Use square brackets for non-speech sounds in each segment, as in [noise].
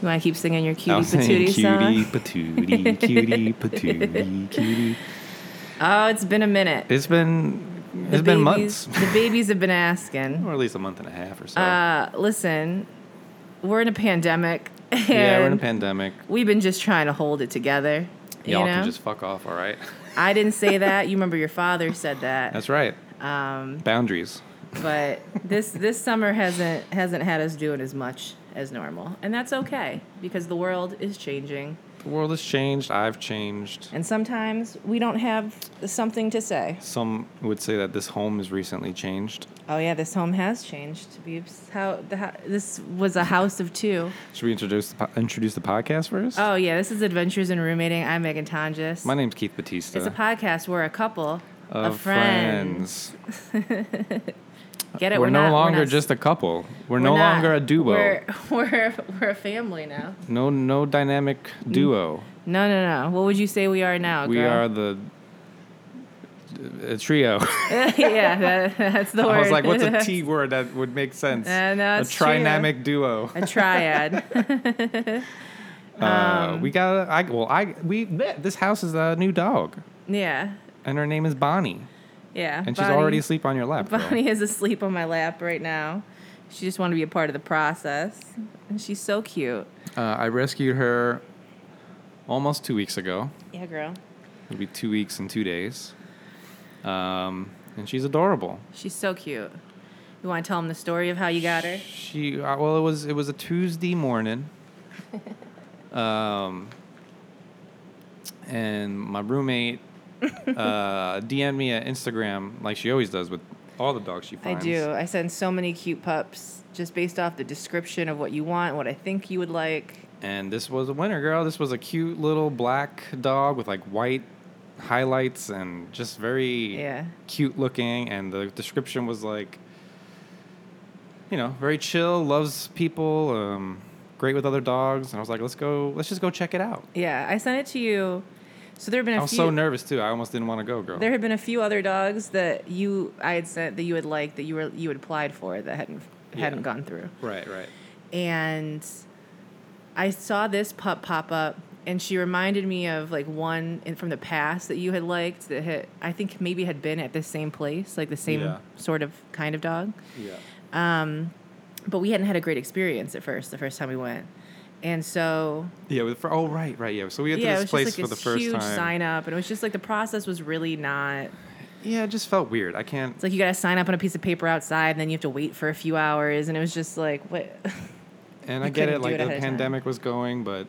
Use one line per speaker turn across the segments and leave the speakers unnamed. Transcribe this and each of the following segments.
You want to keep singing your
I
cutie
was saying
patootie
cutie
song?
patootie,
[laughs]
cutie patootie, cutie.
Oh, it's been a minute.
It's been
The
it's been
babies-
months,
The babies have been
[laughs]
asking.
or at least a month and a half or so.
Uh, listen, we're in a pandemic, and
yeah, we're in a pandemic.
we've been just trying to hold it together. You
Y'all
know?
can just fuck off, all right?
I didn't say that. You remember your father said that.
That's right.
Um,
Boundaries.
but this this summer hasn't hasn't had us doing as much as normal, and that's okay because the world is changing,
The world has changed. I've changed.
and sometimes we don't have something to say.
Some would say that this home has recently changed.
Oh yeah, this home has changed. To be how the ho- this was a house of two.
Should we introduce the, po- introduce the podcast first?
Oh yeah, this is Adventures in Roommating. I'm Megan Tonjes.
My name's Keith Batista.
It's a podcast. We're a couple
of friends.
Get it?
We're, no
not-
longer
not-
just a couple. We're,
we're
no
not-
longer a duo.
We're, [laughs] we're we're a family now.
no no dynamic duo.
No, no, no. What would you say we are now?
we
girl?
are the a trio.
[laughs] yeah, that, that's the word.
I was like, what's a
[laughs]
T word that would make sense?
Uh, no,
a
it's trio.
trinamic duo.
a [laughs] triad. Um,
uh, we got. I well, I we this house is a new dog,
yeah,
and her name is Bonnie,
yeah.
and she's
Bonnie-
already asleep on your lap.
[laughs]
girl.
Bonnie is asleep on my lap right now. She just wanted to be a part of the process, and she's so cute.
Uh, I rescued her almost two weeks ago.
Yeah, girl.
It'll be two weeks and two days, um, and she's adorable.
She's so cute. You want to tell them the story of how you got her?
She uh, well, it was it was a
[laughs]
Tuesday morning, um, and
[laughs]
my roommate uh, DM'd me at Instagram like she always does with all the dogs she
I
finds.
do. I send so many cute pups just based off the description of what you want, what I think you would like.
And this was a winner, girl. This was a cute little black dog with like white highlights and just very
Yeah.
cute looking. And the description was like, you know, very chill, loves people, um, great with other dogs. And I was like, let's go, let's just go check it out.
Yeah, I sent it to you. So there have been a
I was
few.
so nervous too. I almost didn't want to go, girl.
There had been a few other dogs that you I had sent that you had liked that you were you had applied for that hadn't hadn't
Yeah.
gone through.
right, right.
And I saw this pup pop up and she reminded me of like one in, from the past that you had liked that had, I think maybe had been at the same place, like the same
Yeah.
sort of kind of dog.
Yeah.
But we hadn't had a great experience at first the first time we went. And so
Yeah. with- For, oh, right, right. Yeah. So we went
yeah,
to
it
this
was
place
just like
for the
this
first
huge
time.
sign up and it was just like the process was really not
Yeah, it just felt weird. I can't.
It's like you got to sign up on a piece of paper outside, and then you have to wait for a few hours, and it was just like, what? [laughs]
And I
you
get
couldn't
it,
do
like
it ahead
the
of time.
pandemic was going, but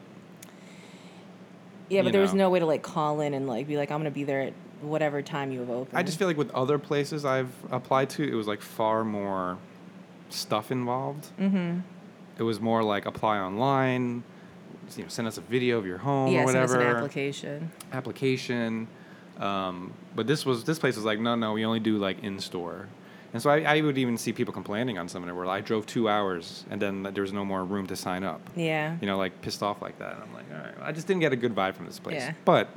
yeah, but
You
there was
know.
no way to like call in and like be like, I'm gonna be there at whatever time you have opened.
I just feel like with other places I've applied to, it was like far more stuff involved. Mm-hmm. It was more like apply online, you know, send us a video of your home
yeah,
or
send us
whatever
an application.
application. Um, but this was this place was like, no, no, we only do like in store. And so I, I would even see people complaining on some of it where I drove two hours and then there was no more room to sign up.
Yeah,
You know, like pissed off like that. And I'm like, all right, I just didn't get a good vibe from this place.
Yeah.
But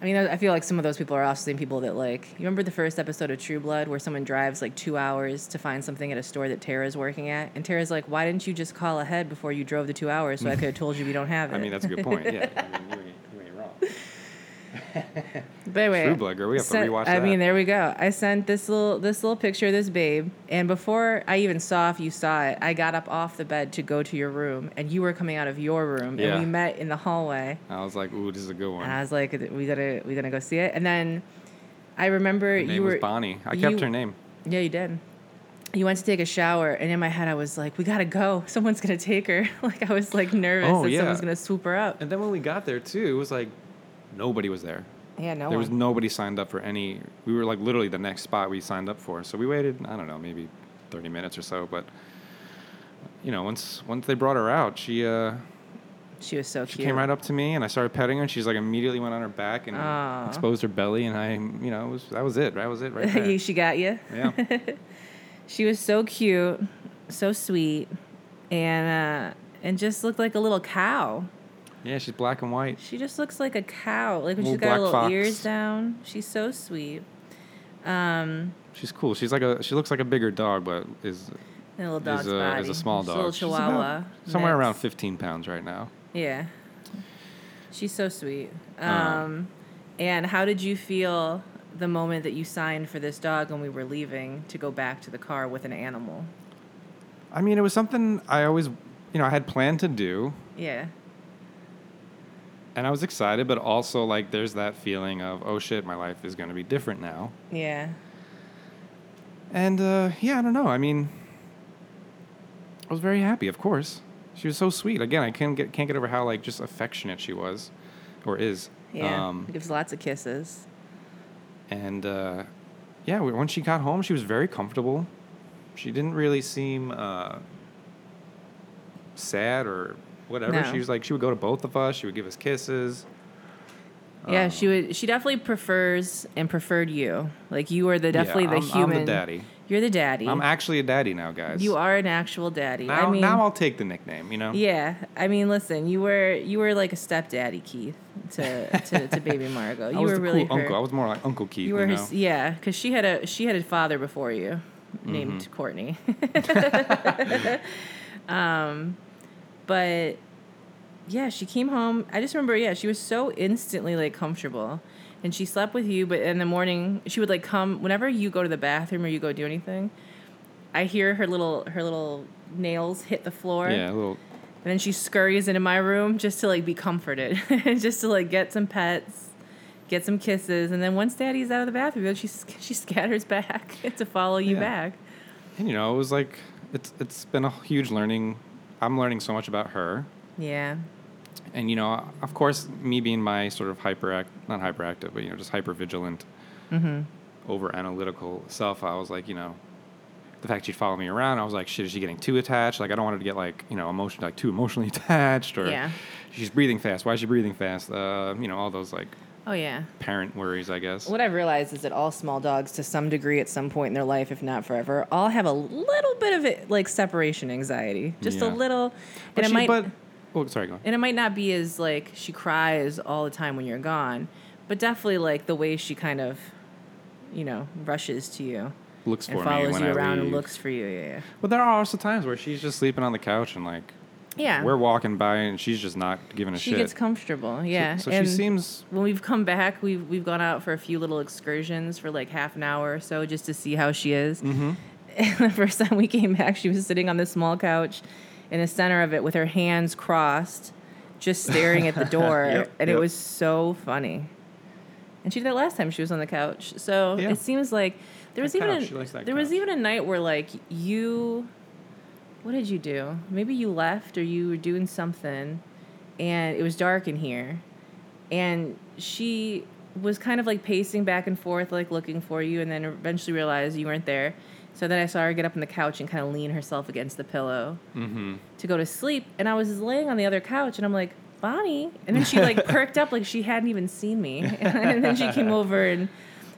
I mean, I feel like some of those people are also the same people that like. You remember the first episode of True Blood where someone drives like two hours to find something at a store that Tara's working at, and Tara's like, "Why didn't you just call ahead before you drove the two hours so I could have told you we don't have it?"
[laughs] I mean, that's a good point. Yeah, I mean, you ain't, you ain't wrong.
[laughs] But anyway,
True Blood, girl. We have to
sent-
rewatch
I
that.
mean, there we go. I sent this little this little picture of this babe, and before I even saw if you saw it, I got up off the bed to go to your room, and you were coming out of your room,
Yeah.
and we met in the hallway.
I was like, ooh, this is a good one.
And I was like, "We gotta, we gonna go see it." And then I remember
Her name
you
was
were
Bonnie. I kept
you-
her name.
Yeah, you did. You went to take a shower, and in my head, I was like, "We gotta go. [laughs] Someone's gonna take her." [laughs] like I was like nervous
Oh,
that
yeah.
someone's gonna swoop her up.
And then when we got there too, it was like nobody was there.
Yeah, no one.
there was nobody signed up for any. We were like literally the next spot we signed up for. So we waited. I don't know, maybe thirty minutes or so. But you know, once once they brought her out, she uh,
she was so
she
cute. [laughs]
came right up to me and I started petting her. And she's like immediately went on her back and
Aw.
exposed her belly. And I, you know, it was that was it. That was it right
[laughs] You-
there.
she got you.
yeah.
She was so cute, so sweet, and uh, and just looked like a little cow.
Yeah, she's black and white.
She just looks like a cow. Like when she's
Little
got her
black
little
fox.
ears down. She's so sweet. Um,
She's cool. She's like a she looks like a bigger dog, but is
And a little
Is
dog's
a-
body.
is a small
She's
dog.
A little
She's about-
chihuahua.
Somewhere around
mix.
15 pounds right now.
Yeah. She's so sweet. Um,
Um,
and how did you feel the moment that you signed for this dog and we were leaving to go back to the car with an animal?
I mean, it was something I always, you know, I had planned to do,
Yeah.
and I was excited, but also like there's that feeling of oh shit, my life is going to be different now.
Yeah.
And uh, yeah, I don't know. I mean, I was very happy, of course. She was so sweet. Again, I can't get can't get over how like just affectionate she was, or is.
Yeah.
Um,
Gives lots of kisses.
and uh, yeah, we- when she got home, she was very comfortable. She didn't really seem uh, sad or whatever.
No.
She was like she would go to both of us. She would give us kisses. um,
Yeah, she would. She definitely prefers and preferred you. Like you are the definitely
yeah,
the
I'm,
human.
I'm the daddy.
You're the daddy.
I'm actually a daddy now, guys.
you are an actual daddy.
Now,
I mean,
now I'll take the nickname. You know.
yeah. I mean, listen, you were you were like a stepdaddy, Keith, to to, to baby Margot.
[laughs] I
You
was
were
the
really
cool
her.
uncle. I was more like Uncle Keith.
you
You,
were
know?
his, yeah, because she had a she had a father before you, named
Mm-hmm.
Courtney.
[laughs]
[laughs] um, but yeah, she came home. I just remember, yeah, she was so instantly like comfortable, and she slept with you. But in the morning, she would like come whenever you go to the bathroom or you go do anything. I hear her little her little nails hit the floor.
Yeah, a little.
And then she scurries into my room just to like be comforted, [laughs] just to like get some pets, get some kisses, and then once Daddy's out of the bathroom, then she sc- [laughs] she scatters back [laughs] to follow you
Yeah.
back.
And you know, it was like it's it's been a huge learning. I'm learning so much about her,
Yeah,
and you know, of course, me being my sort of hyperact, not hyperactive, but you know, just hyper vigilant,
Mm-hmm.
over analytical self, I was like, you know, the fact she'd follow me around, I was like, shit, is she getting too attached? Like, I don't want her to get like you know, emotion like too emotionally [laughs] attached, or
Yeah.
she's breathing fast. Why is she breathing fast? Uh, you know, all those like
oh yeah.
parent worries, I guess.
What I've realized is that all small dogs, to some degree, at some point in their life, if not forever, all have a little bit of it, like separation anxiety, just a
Yeah.
little.
But
and
she,
it might,
but oh, sorry, go on.
and it might not be as like she cries all the time when you're gone, but definitely like the way she kind of, you know, rushes to you.
looks
and
for me
follows
when
you
I
around and
leave.
looks for you. Yeah,
But there are also times where she's just sleeping on the couch and like
yeah.
we're walking by and she's just not giving a
she
shit.
gets comfortable. Yeah,
So,
and
she seems
when we've come back, we've we've gone out for a few little excursions for like half an hour or so just to see how she is. Mm-hmm. [laughs] And the first time we came back, she was sitting on this small couch in the center of it with her hands crossed, just staring
[laughs]
at the door,
Yep,
and it
yep.
was so funny. And she did that last time she was on the couch. So
Yeah.
it seems like there was
That
even
couch,
a-
she likes that
there was
couch.
even a night where like you what did you do? Maybe you left or you were doing something and it was dark in here. And she was kind of like pacing back and forth, like looking for you, and then eventually realized you weren't there. So then I saw her get up on the couch and kind of lean herself against the pillow
Mm-hmm.
to go to sleep. And I was laying on the other couch and I'm like, Bonnie. And then she
[laughs]
like perked up like she hadn't even seen me. [laughs] and then she came over and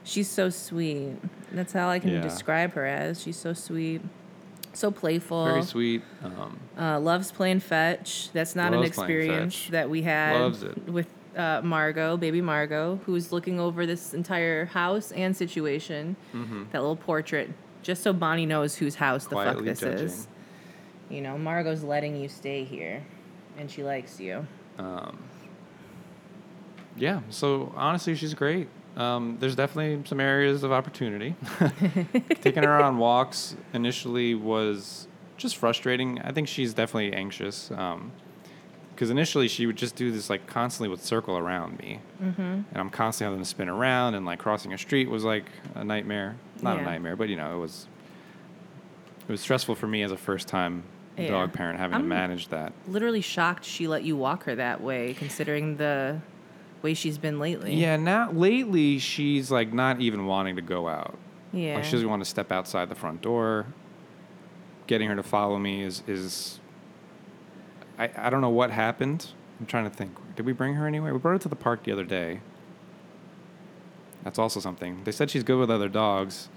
she's so sweet. That's how I can
Yeah.
describe her as. She's so sweet, so playful.
very sweet. Um,
Uh, loves playing fetch. That's not an
Loves playing
experience
fetch.
that we had
Loves it.
with uh, Margot, baby Margot, who's looking over this entire house and situation. That little portrait, just so Bonnie knows whose house the fuck
Mm-hmm. Quietly
this
judging.
is. You know, Margot's letting you stay here, and she likes you.
yeah. So honestly, she's great. Um, there's definitely some areas
[laughs]
of opportunity. Taking her on walks initially was just frustrating. I think she's definitely anxious. Um, because initially she would just do this like constantly would circle around me, mm-hmm. and I'm constantly having to spin around and like crossing a street was like a nightmare. Not
Yeah.
a nightmare, but you know it was. It was stressful for me as a first time
Yeah.
dog parent having to
I'm-
manage that.
Literally shocked she let you walk her that way, considering the way she's been lately.
Yeah, now lately she's like not even wanting to go out.
yeah.
Like she doesn't want to step outside the front door. Getting her to follow me is is I, I don't know what happened. I'm trying to think. Did we bring her anywhere? We brought her to the park the other day. That's also something. They said she's good with other dogs.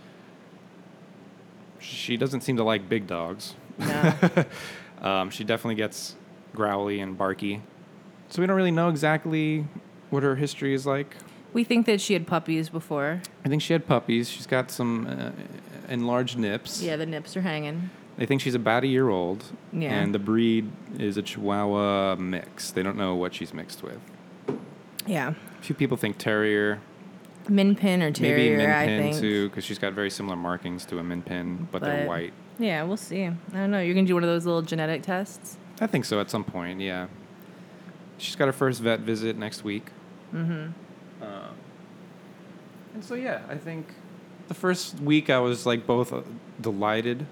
She doesn't seem to like big dogs.
[laughs] No.
Um, she definitely gets growly and barky. So we don't really know exactly what her history is like.
we think that she had puppies before.
I think she had puppies. She's got some uh, enlarged nips.
Yeah, the nips are hanging.
They think she's about a year old,
Yeah.
and the breed is a Chihuahua mix. They don't know what she's mixed with.
Yeah.
A few people think Terrier,
Min pin or terrier,
maybe
I
Min Pin
think.
too, because she's got very similar markings to a Min Pin, but they're
But-
white.
Yeah, we'll see. I don't know. You're gonna do one of those little genetic tests.
I think so at some point, yeah. She's got her first vet visit next week. Mm-hmm. Um, and so, yeah, I think the first week I was like both uh, delighted,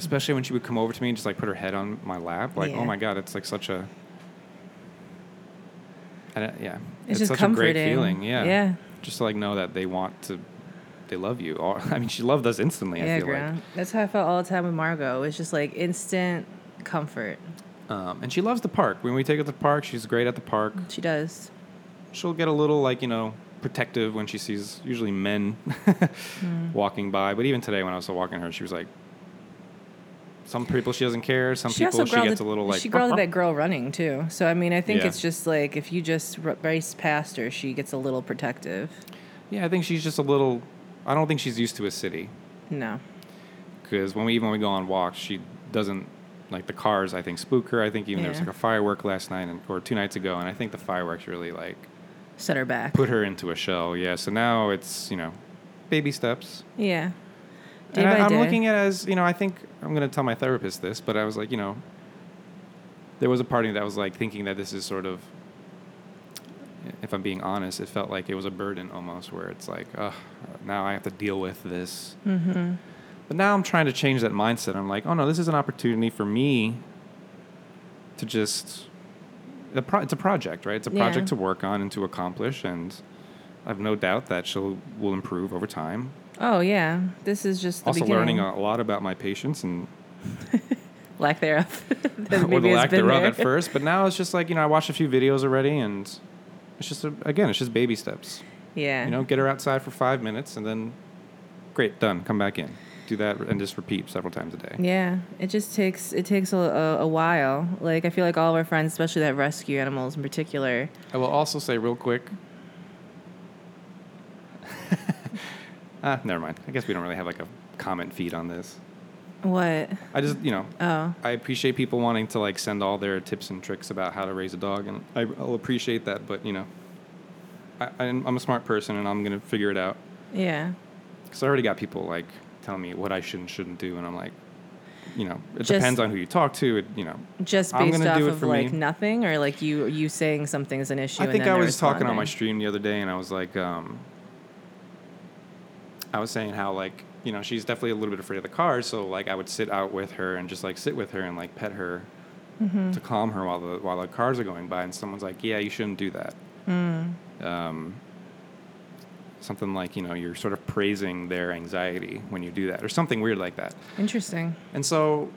especially when she would come over to me and just like put her head on my lap. Like,
Yeah.
oh my God, it's like such a. I don't- yeah.
It's, just
such
comforting.
a great feeling. Yeah.
Yeah.
Just to like know that they want to, they love you. Or, [laughs] I mean, she loved us instantly, I
Yeah,
feel like.
Gran. That's how I felt all the time with Margot. It's just like instant comfort.
Um, and she loves the park. When we take her to the park, she's great at the park.
She does.
she'll get a little like you know protective when she sees usually men
Hmm.
walking by but even today when i was walking her she was like some people she doesn't care some people she
growled
gets
at-
a little like
she growled at that girl running too. So I mean, I think
Yeah.
it's just like if you just r- race past her, she gets a little protective.
[laughs] yeah i think she's just a little i don't think she's used to a city
No.
because when we even when we go on walks she doesn't like the cars i think spook her i think even there was
Yeah.
like a firework last night and, or two nights ago and i think the fireworks really like
Set her back.
put her into a shell yeah so now it's you know baby steps
yeah. Day
And I,
by
I'm
day.
looking at it as you know. I think I'm going to tell my therapist this, but I was like, you know, there was a part of me that was like thinking that this is sort of, if I'm being honest, it felt like it was a burden almost, where it's like, ugh, now I have to deal with this. Mm-hmm. But now I'm trying to change that mindset. I'm like, oh no, this is an opportunity for me to just. The pro- it's a project, right? It's a
Yeah.
project to work on and to accomplish, and I've no doubt that she'll will improve over time
Oh yeah, this is just the
also
beginning.
learning uh, a lot about my patients and
lack thereof. [laughs] that
[laughs] or
maybe
the
has
lack
been
thereof
there.
at first but now it's just like you know i watched a few videos already and it's just a, again it's just baby steps
Yeah.
you know get her outside for five minutes and then great done come back in do that and just repeat several times a day
Yeah, it just takes it takes a, a, a while. Like I feel like all of our friends, especially that rescue animals in particular.
i will also say real quick [laughs] ah never mind i guess we don't really have like a comment feed on this
What?
i just you know
Oh,
I appreciate people wanting to like send all their tips and tricks about how to raise a dog, and I, I'll appreciate that. But you know, I, I'm, I'm a smart person, and I'm gonna figure it out.
yeah.
Because I already got people like telling me what I should and shouldn't do, and I'm like, you know, it
Just-
depends on who you talk to. It, you know,
Just
I'm
based
gonna
off
do it
of
for
like
me.
nothing, or like you you saying something's an issue.
I
and
think
then
I
they're
was talking on my
responding.
stream the other day, and I was like, um, I was saying how like you know she's definitely a little bit afraid of the cars, so like I would sit out with her and just like sit with her and like pet her
Mm-hmm.
to calm her while the while the cars are going by, and someone's like, yeah, you shouldn't do that.
Mm.
Um, something like you know you're sort of praising their anxiety when you do that, or something weird like that.
Interesting.
And so,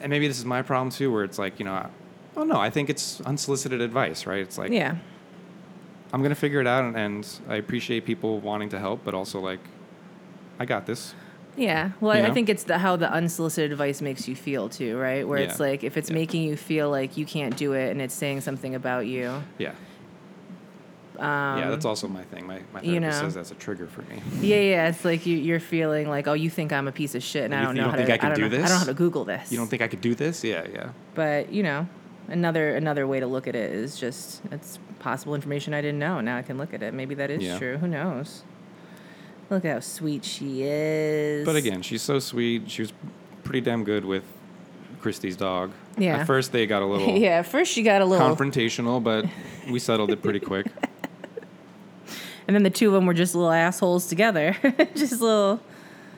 and maybe this is my problem too, where it's like you know, I, oh no, I think it's unsolicited advice, right? It's like
yeah.
I'm gonna figure it out, and, and I appreciate people wanting to help, but also like, I got this.
Yeah. Well,
You
I I
know?
think it's the how the unsolicited advice makes you feel too, right? Where it's
Yeah.
like if it's
Yeah.
making you feel like you can't do it and it's saying something about you.
Yeah. yeah, that's also my thing. My my therapist
Um, you know.
says that's a trigger for me.
Yeah, yeah. It's like you, you're feeling like, oh, you think I'm a piece of shit, and I
You
don't
th- you
know
don't
how
think
to.
I can
don't
do
know, I
this?
don't know how to Google this.
You don't think I could do this? Yeah, yeah.
but you know another another way to look at it is just it's possible information i didn't know now i can look at it maybe that is
Yeah.
true who knows look how sweet she is
But
[laughs]
again, she's so sweet. She was pretty damn good with Christy's dog.
Yeah.
At first, they got a little
[laughs] yeah at first she got a little
confrontational,
[laughs]
but we settled it pretty quick.
and then the two of them were just little assholes together [laughs] just little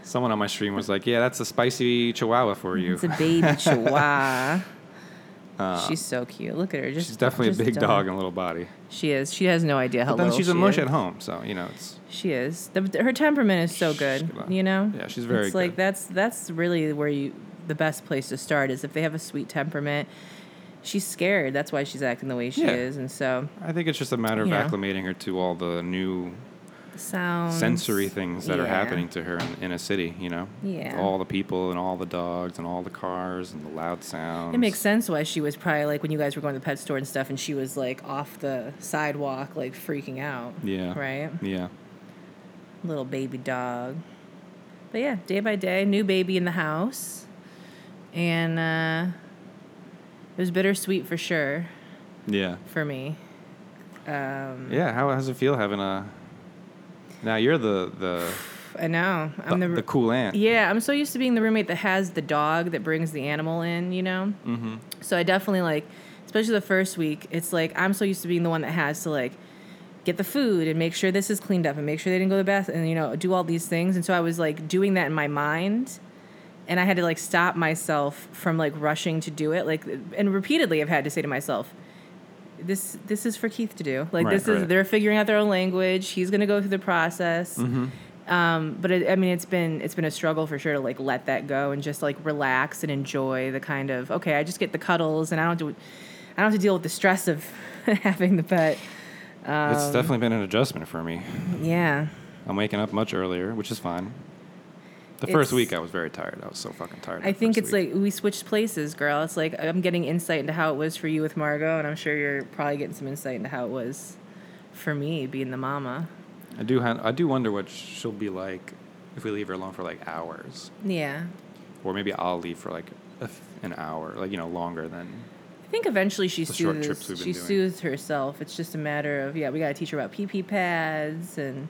Someone on my stream was like, "Yeah, that's a spicy Chihuahua for you."
it's a baby chihuahua she's so cute look at her just
[laughs] Uh, She's definitely
just
a big
dumb.
dog and a little body.
she is she has no idea how
But then
little
she's
she
a mush
is.
at home, so you know it's
She is. The, her temperament is so
She's
good.
good.
You know.
Yeah, she's very
It's like
good.
that's that's really where you the best place to start is if they have a sweet temperament. She's scared. That's why she's acting the way she
Yeah.
is, and so
I think it's just a matter of
Yeah.
acclimating her to all the new
sounds
sensory things that are
yeah.
happening to her in, in a city, you know?
Yeah.
All the people and all the dogs and all the cars and the loud sounds.
It makes sense why she was probably like when you guys were going to the pet store and stuff, and she was like off the sidewalk, like freaking out.
Yeah.
Right.
Yeah.
Little baby dog. But yeah, day by day, new baby in the house. And uh, it was bittersweet for sure
Yeah.
for me. Um,
Yeah. How does it feel having a? Now you're the the
I know.
the,
I'm the,
the cool aunt.
yeah, I'm so used to being the roommate that has the dog that brings the animal in, you know?
Mm-hmm.
So I definitely like, especially the first week, it's like I'm so used to being the one that has to like get the food and make sure this is cleaned up and make sure they didn't go to the bathroom and you know do all these things. And so I was like doing that in my mind, and I had to like stop myself from like rushing to do it. Like, and repeatedly I've had to say to myself. This this is for Keith to do. Like
Right,
this is
right.
they're figuring out their own language. He's gonna go through the process.
Mm-hmm.
Um, but it, I mean, it's been it's been a struggle for sure to like let that go and just like relax and enjoy the kind of okay, I just get the cuddles and I don't do, I don't have to deal with the stress of [laughs] having the pet.
it's definitely been an adjustment for me.
Yeah,
I'm waking up much earlier, which is fine. The first
It's-
week I was very tired. I was so fucking tired.
I think it's like we switched places, girl. It's like I'm getting insight into how it was for you with Margot, and I'm sure you're probably getting some insight into how it was for me being the mama.
like I do. Ha- I do wonder what she'll be like if we leave her alone for like hours,
Yeah,
or maybe I'll leave for like a f- an hour, like you know, longer than.
I think eventually she
The short
soothes.
trips we've been
She
doing.
soothes herself. It's just a matter of yeah, we got to teach her about pee pee pads and.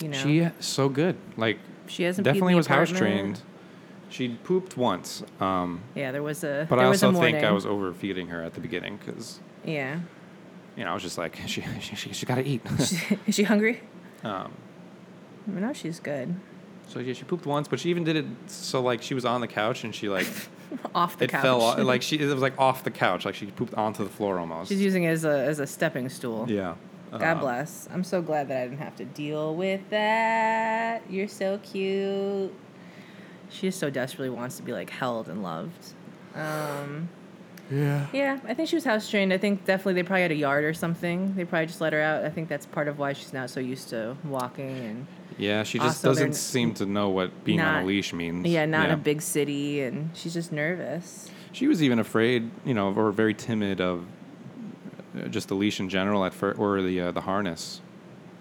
You know.
She so good. Like
She hasn't peed in
definitely
the
was house
apartment.
trained. She pooped once, um,
Yeah, there was a.
but
there
I
was a
also
morning.
think I was overfeeding her at the beginning because
Yeah. [laughs]
you know I was just like [laughs] she she she, she got to eat. [laughs]
Is she hungry?
um,
No, she's good. [laughs]
so yeah, she pooped once, but she even did it so like she was on the couch and she like
Off [laughs] the
it
couch.
fell off, like she it was like off the couch, like she pooped onto the floor
[laughs]
almost.
she's using it as a as a stepping stool.
yeah.
God
Um,
bless. I'm so glad that I didn't have to deal with that. You're so cute. She just so desperately wants to be like held and loved. Um,
Yeah.
yeah, I think she was house trained. I think definitely they probably had a yard or something. They probably just let her out. I think that's part of why she's now so used to walking and
Yeah, she just
Also, they're
doesn't
n-
seem to know what being on
not-
a leash means.
yeah, not in a big city. And she's just nervous.
She was even afraid, you know, or very timid of uh, just the leash in general at first, or the uh, the harness.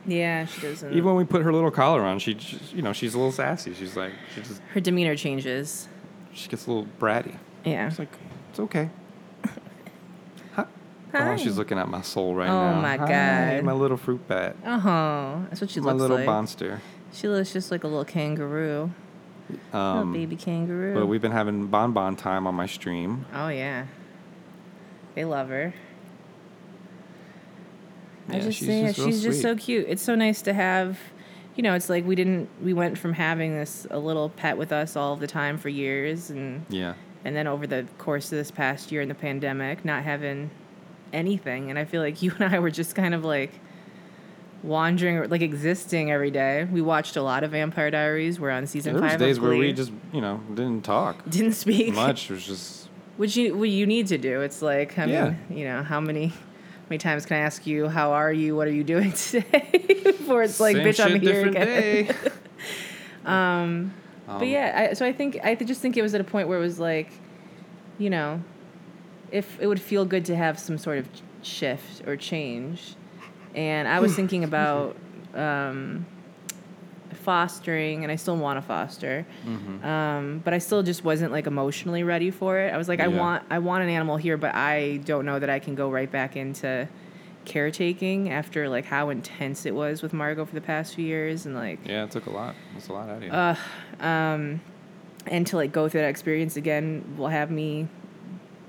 Yeah, she doesn't.
Even when we put her little collar on, she, j- you know, she's a little sassy. She's like, she just,
her demeanor changes.
she gets a little bratty.
Yeah.
It's like, it's okay. Hi.
Hi.
Oh, she's looking at my soul right
Oh
now.
my
Hi,
God.
my little fruit bat.
oh, that's what she
my
looks
little
like.
monster.
She looks just like a little kangaroo, a little
Um,
baby kangaroo.
But we've been having bonbon time on my stream.
oh yeah, they love her. I
Yeah,
just
she's
say
just
yeah,
real
she's just
sweet.
so cute. It's so nice to have. You know, it's like we didn't. We went from having this a little pet with us all the time for years, and
Yeah.
and then over the course of this past year in the pandemic, not having anything. And I feel like [laughs] you and I were just kind of like wandering, or, like existing every day. We watched a lot of Vampire Diaries. We're on season
There was
five.
days
of
where
Glee.
we just, you know, didn't talk
[laughs] didn't speak,
much. It was just,
which you what you need to do. It's like I
Yeah.
mean, you know, how many how many times can I ask you how are you? What are you doing [laughs] today? Before it's like,
same
bitch, I'm
shit,
here
different
again.
day.
[laughs]
um,
But yeah, I, so I think I th- just think it was at a point where it was like, you know, if it would feel good to have some sort of ch- shift or change, and I
[laughs]
was thinking about um, fostering, and I still want to foster,
Mm-hmm.
um, but I still just wasn't like emotionally ready for it. I was like, I
Yeah.
want I want an animal here, but I don't know that I can go right back into caretaking after like how intense it was with Margot for the past few years, and like
Yeah, it took a lot. It's a lot out of you.
Uh, and to like go through that experience again will have me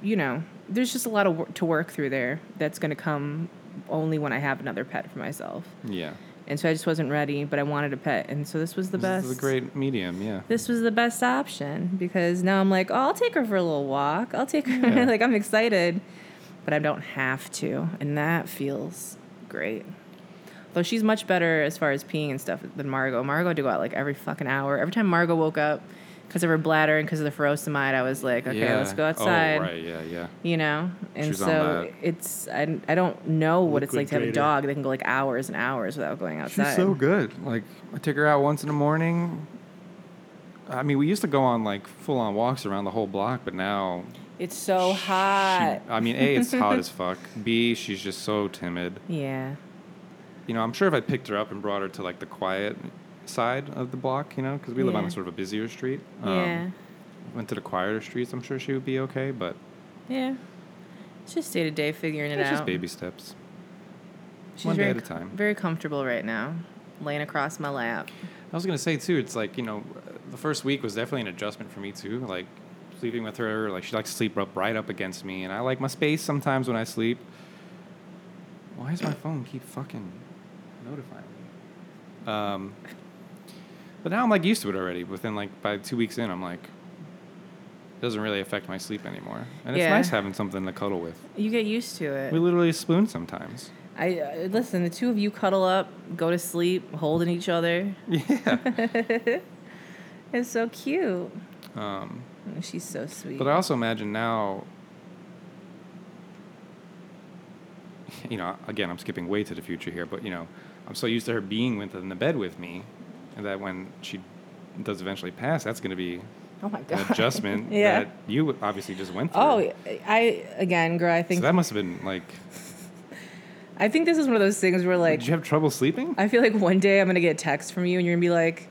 you know there's just a lot of work to work through there that's going to come only when i have another pet for myself
yeah.
and so i just wasn't ready but i wanted a pet and so this was the best
This is a great medium, yeah.
this was the best option because now i'm like oh i'll take her for a little walk i'll take her [laughs]
Yeah.
like i'm excited but i don't have to and that feels great Though she's much better as far as peeing and stuff than Margot. Margot had to go out like every fucking hour. Every time Margot woke up because of her bladder and because of the furosemide, I was like, okay,
Yeah.
let's go outside.
Oh, right, yeah, yeah.
You know? And
She's on
so
that.
it's, I, I don't know what it's like to have a
Liquidator.
dog that can go like hours and hours without going outside.
She's so good. Like, I take her out once in the morning. I mean, we used to go on like full on walks around the whole block, but now.
It's so
she-
hot.
I mean, A,
[laughs]
it's hot as fuck. B, she's just so timid.
yeah.
You know, I'm sure if I picked her up and brought her to like the quiet side of the block, you know, because we live on
Yeah.
a sort of a busier street. um,
yeah.
Went to the quieter streets. I'm sure she would be okay, but
Yeah. It's just day to day figuring it
it's
out.
just baby steps.
She's
one day
very,
at a
co-
time.
Very comfortable right now, laying across my lap.
I was gonna say too. It's like you know, the first week was definitely an adjustment for me too. Like sleeping with her, like she likes to sleep up right up against me, and I like my space sometimes when I sleep. Why does my phone keep fucking notifying me? Um, but now I'm like used to it already. Within like by two weeks in, I'm like, it doesn't really affect my sleep anymore, and
Yeah.
it's nice having something to cuddle with.
You get used to it.
We literally spoon sometimes.
I uh, listen. The two of you cuddle up, go to sleep, holding each other.
Yeah.
[laughs] It's so cute.
um,
Oh, She's so sweet.
But I also imagine now, you know, again, I'm skipping way to the future here, but you know, I'm so used to her being with in the bed with me that when she does eventually pass, that's going to be
oh my
an
[laughs] god.
adjustment
Yeah.
that you obviously just went through.
Oh, I again, girl. I
so
think
that must have been like,
I think this is one of those things where like
did you have trouble sleeping?
I feel like one day I'm gonna get a text from you and you're gonna be like,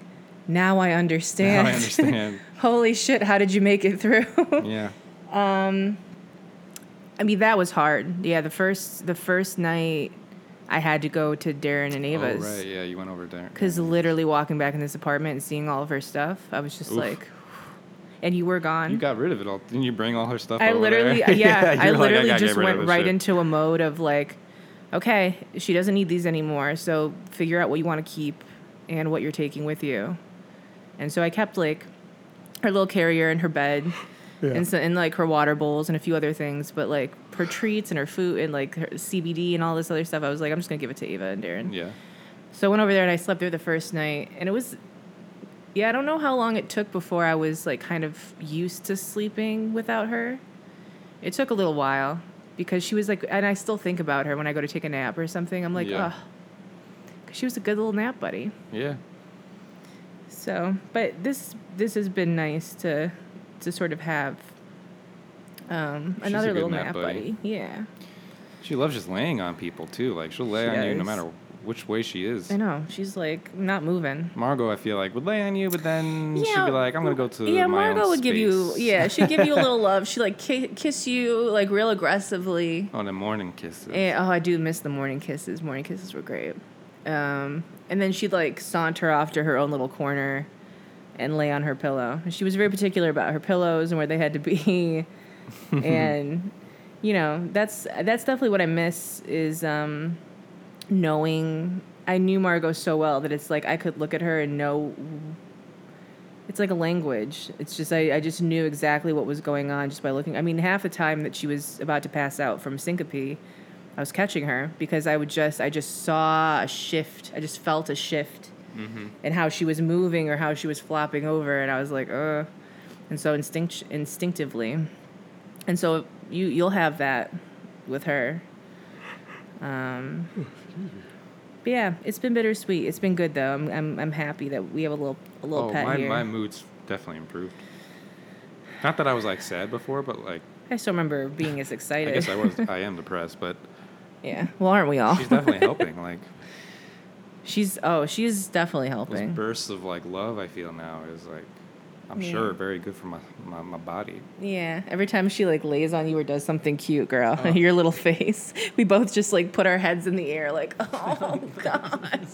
"Now I understand."
Now I understand.
[laughs] Holy shit! How did you make it through? [laughs]
yeah.
I mean, that was hard. Yeah, the first the first night I had to go to Darren and
Oh,
Ava's
right. Yeah, you went over there.
because literally walking back in this apartment and seeing all of her stuff, I was just
Oof.
like, and you were gone.
you got rid of it all. Didn't you bring all her stuff?
I
over [laughs]
literally,
there?
yeah, I
you're like,
literally
gotta get
just
rid of
went
this
right
shit.
into a mode of like, okay, she doesn't need these anymore. So figure out what you want to keep and what you're taking with you. And so I kept like her little carrier and her
[laughs]
bed and, so, and like her water bowls and a few other things, but like her treats and her food and like her CBD and all this other stuff. I was like, I'm just going to give it to Ava and Darren.
Yeah.
So I went over there and I slept there the first night, and it was, yeah, I don't know how long it took before I was like kind of used to sleeping without her. It took a little while because she was like, and I still think about her when I go to take a nap or something. I'm like,
Yeah.
ugh, 'cause she was a good little nap buddy.
Yeah.
So, but this this has been nice to to sort of have um,
She's a
another
good
little
nap
nap, buddy.
buddy.
Yeah,
She loves just laying on people too. Like she'll lay
She
on you no
does.
matter which way she is.
I know she's like not moving.
Margot, I feel like would lay on you, but then she'd
Yeah,
be like, "I'm gonna go to
yeah
my
margot
own
would give you
space."
yeah she'd give you a little love she like ki- kiss you like real aggressively
[laughs] on a morning kiss.
and, oh i do miss the morning kisses morning kisses were great um, and then she'd like saunter off to her own little corner and lay on her pillow And she was very particular about her pillows and where they had to
[laughs]
be and you know that's that's definitely what i miss is um, knowing i knew margot so well that it's like i could look at her and know it's like a language. It's just I, I just knew exactly what was going on just by looking. I mean, half the time that she was about to pass out from syncope, I was catching her because I would just I just saw a shift. I just felt a shift
Mm-hmm.
in how she was moving or how she was flopping over, and I was like, uh. And so instinct instinctively, and so you you'll have that with her. Um, but yeah, it's been bittersweet. It's been good though. I'm I'm, I'm happy that we have a little a little
oh,
pet
my
here.
my mood's definitely improved. Not that I was like sad before, but like
I still remember being as
I
excited.
guess I was. I am
[laughs]
depressed, but
Yeah. Well, aren't we all?
she's definitely helping. Like
She's oh, she's definitely
those
helping.
bursts of like love I feel now is like, I'm
Yeah.
sure very good for my my, my body.
Yeah. Every time she like lays on you or does something cute, girl,
Oh.
[laughs] your little face. We both just like put our heads in the air, like, [laughs]
[laughs]
oh god,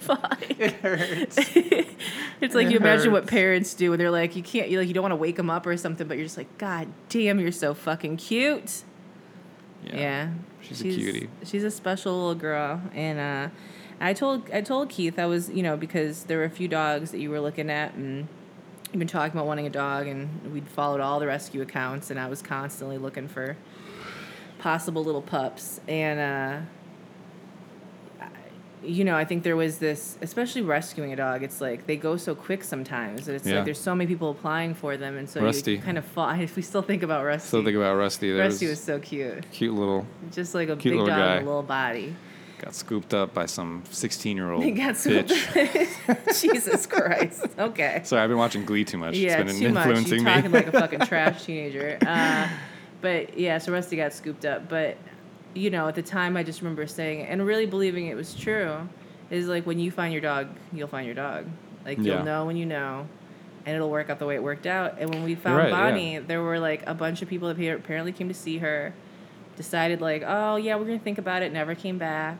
fuck.
It hurts.
[laughs] It's like
It
you imagine what
hurts.
parents do when they're like, you can't, you like, you don't want to wake them up or something, but you're just like, god damn, you're so fucking cute. Yeah.
She's a cutie.
She's a special little girl. And uh, I told I told Keith I was, you know, because there were a few dogs that you were looking at and you've been talking about wanting a dog and we'd followed all the rescue accounts and I was constantly looking for possible little pups and uh I- you know, I think there was this, especially rescuing a dog. It's like they go so quick sometimes, and it's
Yeah.
like there's so many people applying for them, and so
Rusty.
you kind of fall. [laughs] If we still think about Rusty,
So think about Rusty. There
Rusty
was
was so cute.
cute little
Just like a
Cute
big dog
little guy.
with a little body.
Got scooped up by some 16 year old
[laughs] He got swooped. [laughs]
bitch.
Jesus Christ. Okay.
[laughs] Sorry, I've been watching Glee too much.
yeah,
it's been
too much. You're
influencing
talking
me.
like a fucking trash teenager. Uh, but yeah, so Rusty got scooped up. But you know, at the time, I just remember saying and really believing it was true. is like when you find your dog, you'll find your dog. Like
Yeah.
you'll know when you know, and it'll work out the way it worked out. And when we found
right, yeah.
Bonnie, there were like a bunch of people that appear- apparently came to see her, decided like, oh yeah, we're gonna think about it. Never came back.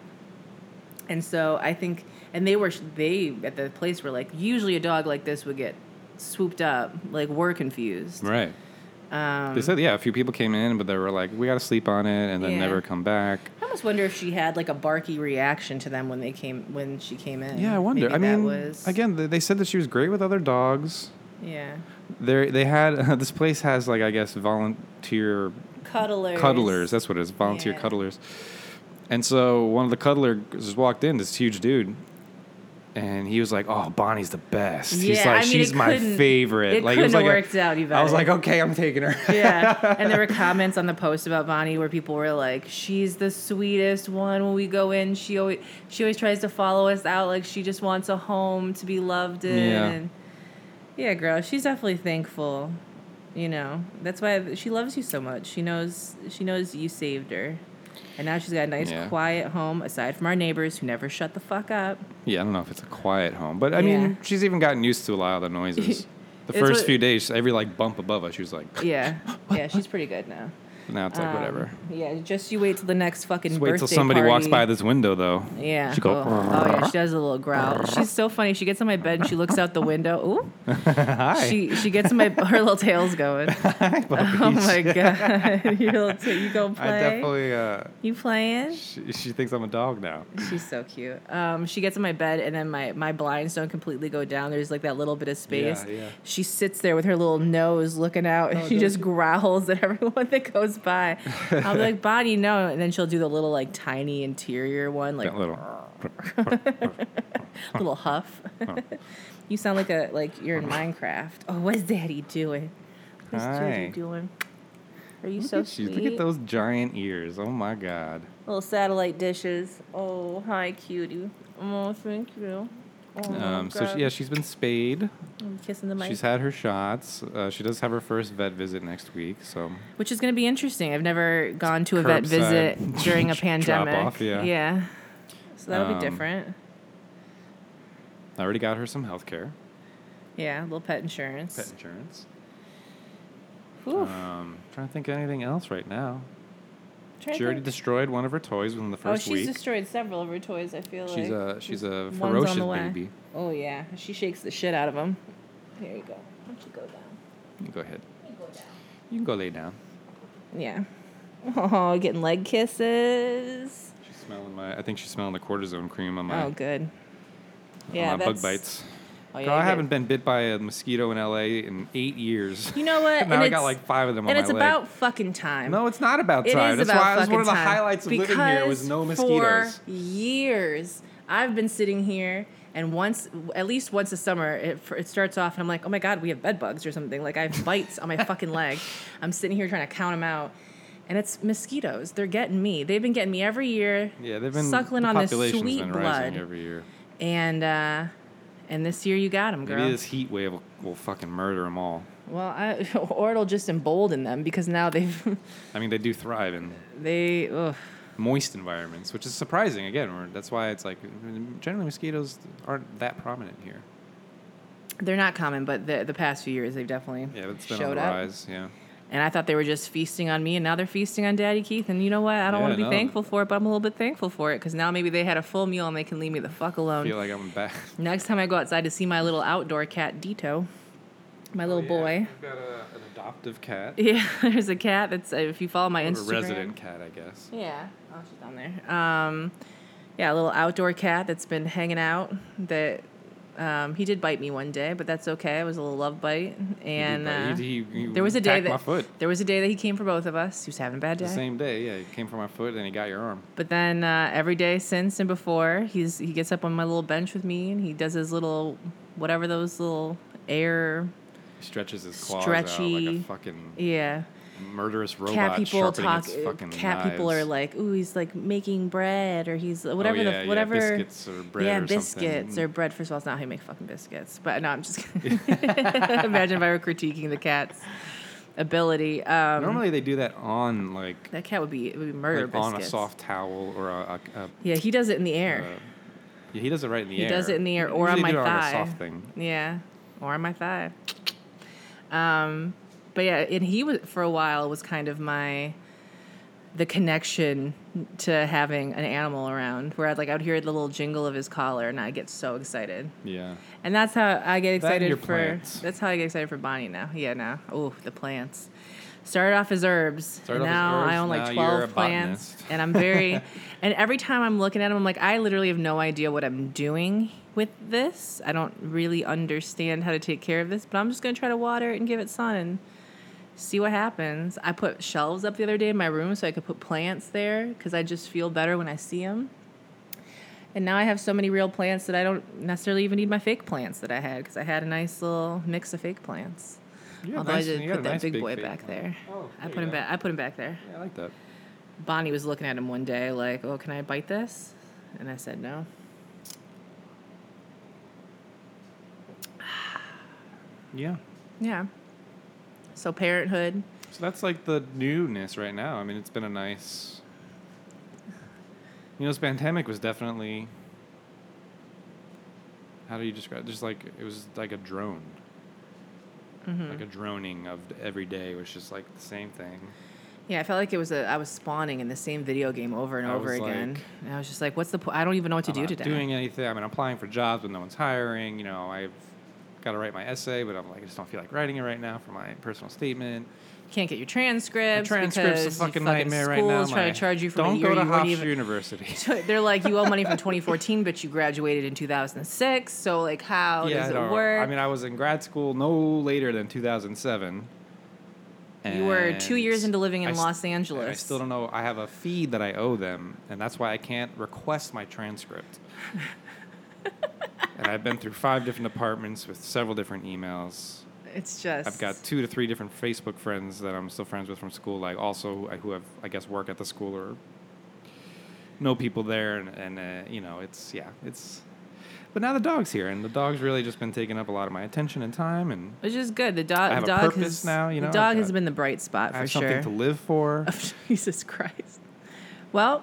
And so I think, and they were they at the place were like, usually a dog like this would get swooped up. Like we're confused.
[laughs] Right.
Um,
They said, yeah, a few people came in, but they were like, we got to sleep on it and then
Yeah.
never come back.
I almost wonder if she had like a barky reaction to them when they came when she came in.
Yeah, I wonder.
Maybe
I mean,
that was,
again, th- they said that she was great with other dogs.
yeah,
They they had [laughs] this place has like I guess volunteer
cuddlers.
cuddlers. That's what it is, volunteer
Yeah.
cuddlers. And so one of the cuddlers just walked in, this huge dude, and he was like, "Oh, Bonnie's the best. He's
Yeah, I
like,
mean,
she's
it
my
couldn't-
favorite."
it
like
couldn't have
like a-
worked out even.
I was like, "Okay, I'm taking her." [laughs]
yeah. And there were comments on the post about Bonnie where people were like, "She's the sweetest one. When we go in, she always she always tries to follow us out. Like she just wants a home to be loved in."
Yeah.
And yeah, girl, she's definitely thankful. You know, that's why she loves you so much. She knows she knows you saved her, and now she's got a nice,
Yeah.
quiet home aside from our neighbors who never shut the fuck up.
yeah, I don't know if it's a quiet home, but I
Yeah.
mean, she's even gotten used to a lot of
[laughs]
the noises. The
It's
first
what-
few days, every like bump above us, she was like, [laughs]
Yeah, yeah, she's pretty good now.
"Now it's like
Um,
whatever."
Yeah, just you wait till the next fucking
Just
birthday
wait till somebody walks
party.
by this
[laughs]
window, though.
Yeah.
She go.
oh. Oh, yeah, she does a little growl. She's so funny. She gets on my bed and she looks out the window. Ooh.
[laughs] Hi.
She she gets in my her little tail's going.
[laughs]
Oh my god. [laughs] Your little tail, you go play.
I definitely. Uh,
you playing?
she, she thinks I'm a dog now.
She's so cute. Um, she gets in my bed and then my, my blinds don't completely go down. There's like that little bit of space.
Yeah, Oh, yeah.
She sits there with her little nose looking out and [laughs] she
does
just growls at everyone [laughs] that goes by.
[laughs]
I'll be like, Bonnie, no. And then she'll do the little like tiny interior one, like [laughs]
That little. [laughs]
little huff. [laughs] you sound like a like you're in Minecraft. Oh, what's Daddy doing? What's
Hi.
Daddy doing? Are you so
look, at you,
sweet?
look at those giant ears. Oh my god.
Little satellite dishes. Oh, hi, cutie. Oh, thank you. Oh,
Um, so
God.
she, yeah, she's been spayed.
I'm kissing the mic,
She's had her shots. Uh, she does have her first vet visit next week. So
which is going to be interesting. I've never gone to a vet visit
[laughs] Curbside.
during a
Drop
pandemic.
off, yeah.
So that'll be
Um,
different.
I already got her some health care,
Yeah, little pet insurance.
pet insurance.
Whew.
Um, trying to think of anything else right now.
Trying to
She already
think.
destroyed one of her toys within the
Oh,
first
she's
week.
destroyed several of her toys. I feel
She's
like
a she's a
One's on the
ferocious
way.
baby.
Oh yeah, she shakes the shit out of him. Here you go. Why don't you go down?
You go ahead.
You go down.
You can go lay down.
Yeah. Oh, getting leg kisses.
She's smelling my. I think she's smelling the cortisone cream on my,
Oh, good.
on
Yeah,
my bug
that's-
bites.
Oh,
Girl, I
you're
haven't
good.
been bit by a mosquito in LA in eight years.
You know what?
[laughs] now
and
I got
it's-
like five of them on
And
my
it's
leg.
about fucking time.
no, it's not about
It
time.
is
That's
about
why it was
fucking
one of the
time.
highlights of living here was
Because
no mosquitoes.
For years, I've been sitting here, and once, at least once a summer, it, it starts off, and I'm like, oh my god, we have bed bugs or something. Like I have bites on my
[laughs]
fucking leg. I'm sitting here trying to count them out, and it's mosquitoes. They're getting me. They've been getting me every year.
Yeah, they've been
suckling
the
on this
population's
sweet
been
blood,
rising every year.
and uh, and this year you got them, girl.
Maybe this heat wave will, will fucking murder them all.
Well, I, [laughs] or it'll just embolden them because now they've [laughs]
I mean, they do thrive in
they. Ugh.
moist environments, which is surprising. Again, we're, that's why it's like generally mosquitoes aren't that prominent here.
They're not common, but the, the past few years they've definitely
Yeah, it's been
showed
on the
up.
rise. Yeah.
And I thought they were just feasting on me, and now they're feasting on Daddy Keith. And you know what? I don't
Yeah,
want to be
no.
thankful for it, but I'm a little bit thankful for it because now maybe they had a full meal and they can leave me the fuck
I
alone.
feel like I'm [laughs] back.
Next time I go outside to see my little outdoor cat, Dito,
Oh,
my little boy. [laughs]
We've got a, an adoptive cat.
Yeah, there's a cat that's, uh, if you follow my
Or a
Instagram.
resident cat, I guess.
Yeah. Oh, she's down there. Um, yeah, a little outdoor cat that's been hanging out. That um, he did bite me one day, but that's okay. It was a little love bite, and uh,
He- he- he
there was a day
attacked
that
my foot.
there was a day that he came for both of us. He was having a bad
The
day,
same day, yeah, he came for my foot and he got your arm.
but then uh, every day since and before, he's he gets up on my little bench with me, and he does his little whatever those little air.
He stretches his claws out like
Stretchy.
a fucking
Yeah,
murderous robot.
cat people
sharpening
talk. uh,
Its fucking
Cat people are
knives.
like, ooh, he's like making bread, or he's
Oh,
whatever
yeah,
the whatever.
yeah, biscuits or bread
yeah,
or
biscuits
something.
or bread. First of all, it's not how you make fucking biscuits. But no,
[laughs]
I'm just kidding. [laughs] Imagine if I were critiquing the cat's ability. Um,
Normally they do that on like,
that cat would be it would be murder
like on a
biscuits.
soft towel or a, a, a
yeah, he does it in the air.
uh, Yeah, he does it right in the
He
air.
does it in the air
He
or on
usually
my
do it
thigh.
a soft thing.
Yeah, or on my thigh. Um, but yeah, and he was for a while was kind of my the connection to having an animal around. Where I'd like I would hear the little jingle of his collar, and I would get so excited.
Yeah.
And that's how I get
That and
excited
your
for.
plants.
That's how I get excited for Bonnie now. Yeah, now. Oh, the plants. Started off as herbs.
Started off as
now I
herbs,
own like
now you're a
twelve plants,
botanist.
and I'm very.
[laughs]
and every time I'm looking at them, I'm like, I literally have no idea what I'm doing with this. I don't really understand how to take care of this, but I'm just gonna try to water it and give it sun and see what happens. I put shelves up the other day in my room so I could put plants there because I just feel better when I see them. And now I have so many real plants that I don't necessarily even need my fake plants that I had because I had a nice little mix of fake plants.
You got a
Although
nice-
I did
you got a
put that
nice
big, boy
feet.
back there.
Oh,
I
there
put him
you go.
back. I put him back there.
Yeah, I like that.
Bonnie was looking at him one day like, "Oh, can I bite this?" And I said no.
Yeah.
Yeah. So parenthood.
So that's like the newness right now. I mean, it's been a nice. You know, this pandemic was definitely. How do you describe? Just like it was like a drone,
Mm-hmm.
like a droning of every day was just like the same thing.
Yeah, I felt like it was a. I was spawning in the same video game over and
I
over
was
again.
like-
and I was just like, "What's the? Po- I don't even know what to
I'm
do
not
today."
doing anything. I mean, I'm applying for jobs, but no one's hiring. You know, I've got to write my essay, but I'm like, I just don't feel like writing it right now for my personal statement.
Can't get your transcripts.
transcript's a
because you
fucking nightmare right now.
schools try
my-
to charge you for
don't
a year
go to
you weren't
Hofstra
even [laughs]
University.
So they're like you owe money from 2014 but you graduated in 2006 so like how does
I
it
don't-
work
I mean, I was in grad school no later than 2007.
you were two
and
years into living in
I
los
st-
angeles
and I still don't know. I have a fee that I owe them, and that's why I can't request
[laughs]
my transcript. and I've been through five different departments with several different emails.
it's just
I've got two to three different Facebook friends that I'm still friends with from school, like also who have, I guess, work at the school or know people there, and, and uh, you know, it's yeah, it's. But now the dog's here, and the dog's really just been taking up a lot of my attention and time, and
which is good the dog
I have a
dog
purpose
has,
now, you know,
the
I've
dog has
got-
been the bright spot
I
for
have
sure [laughs]
something to live for.
jesus christ well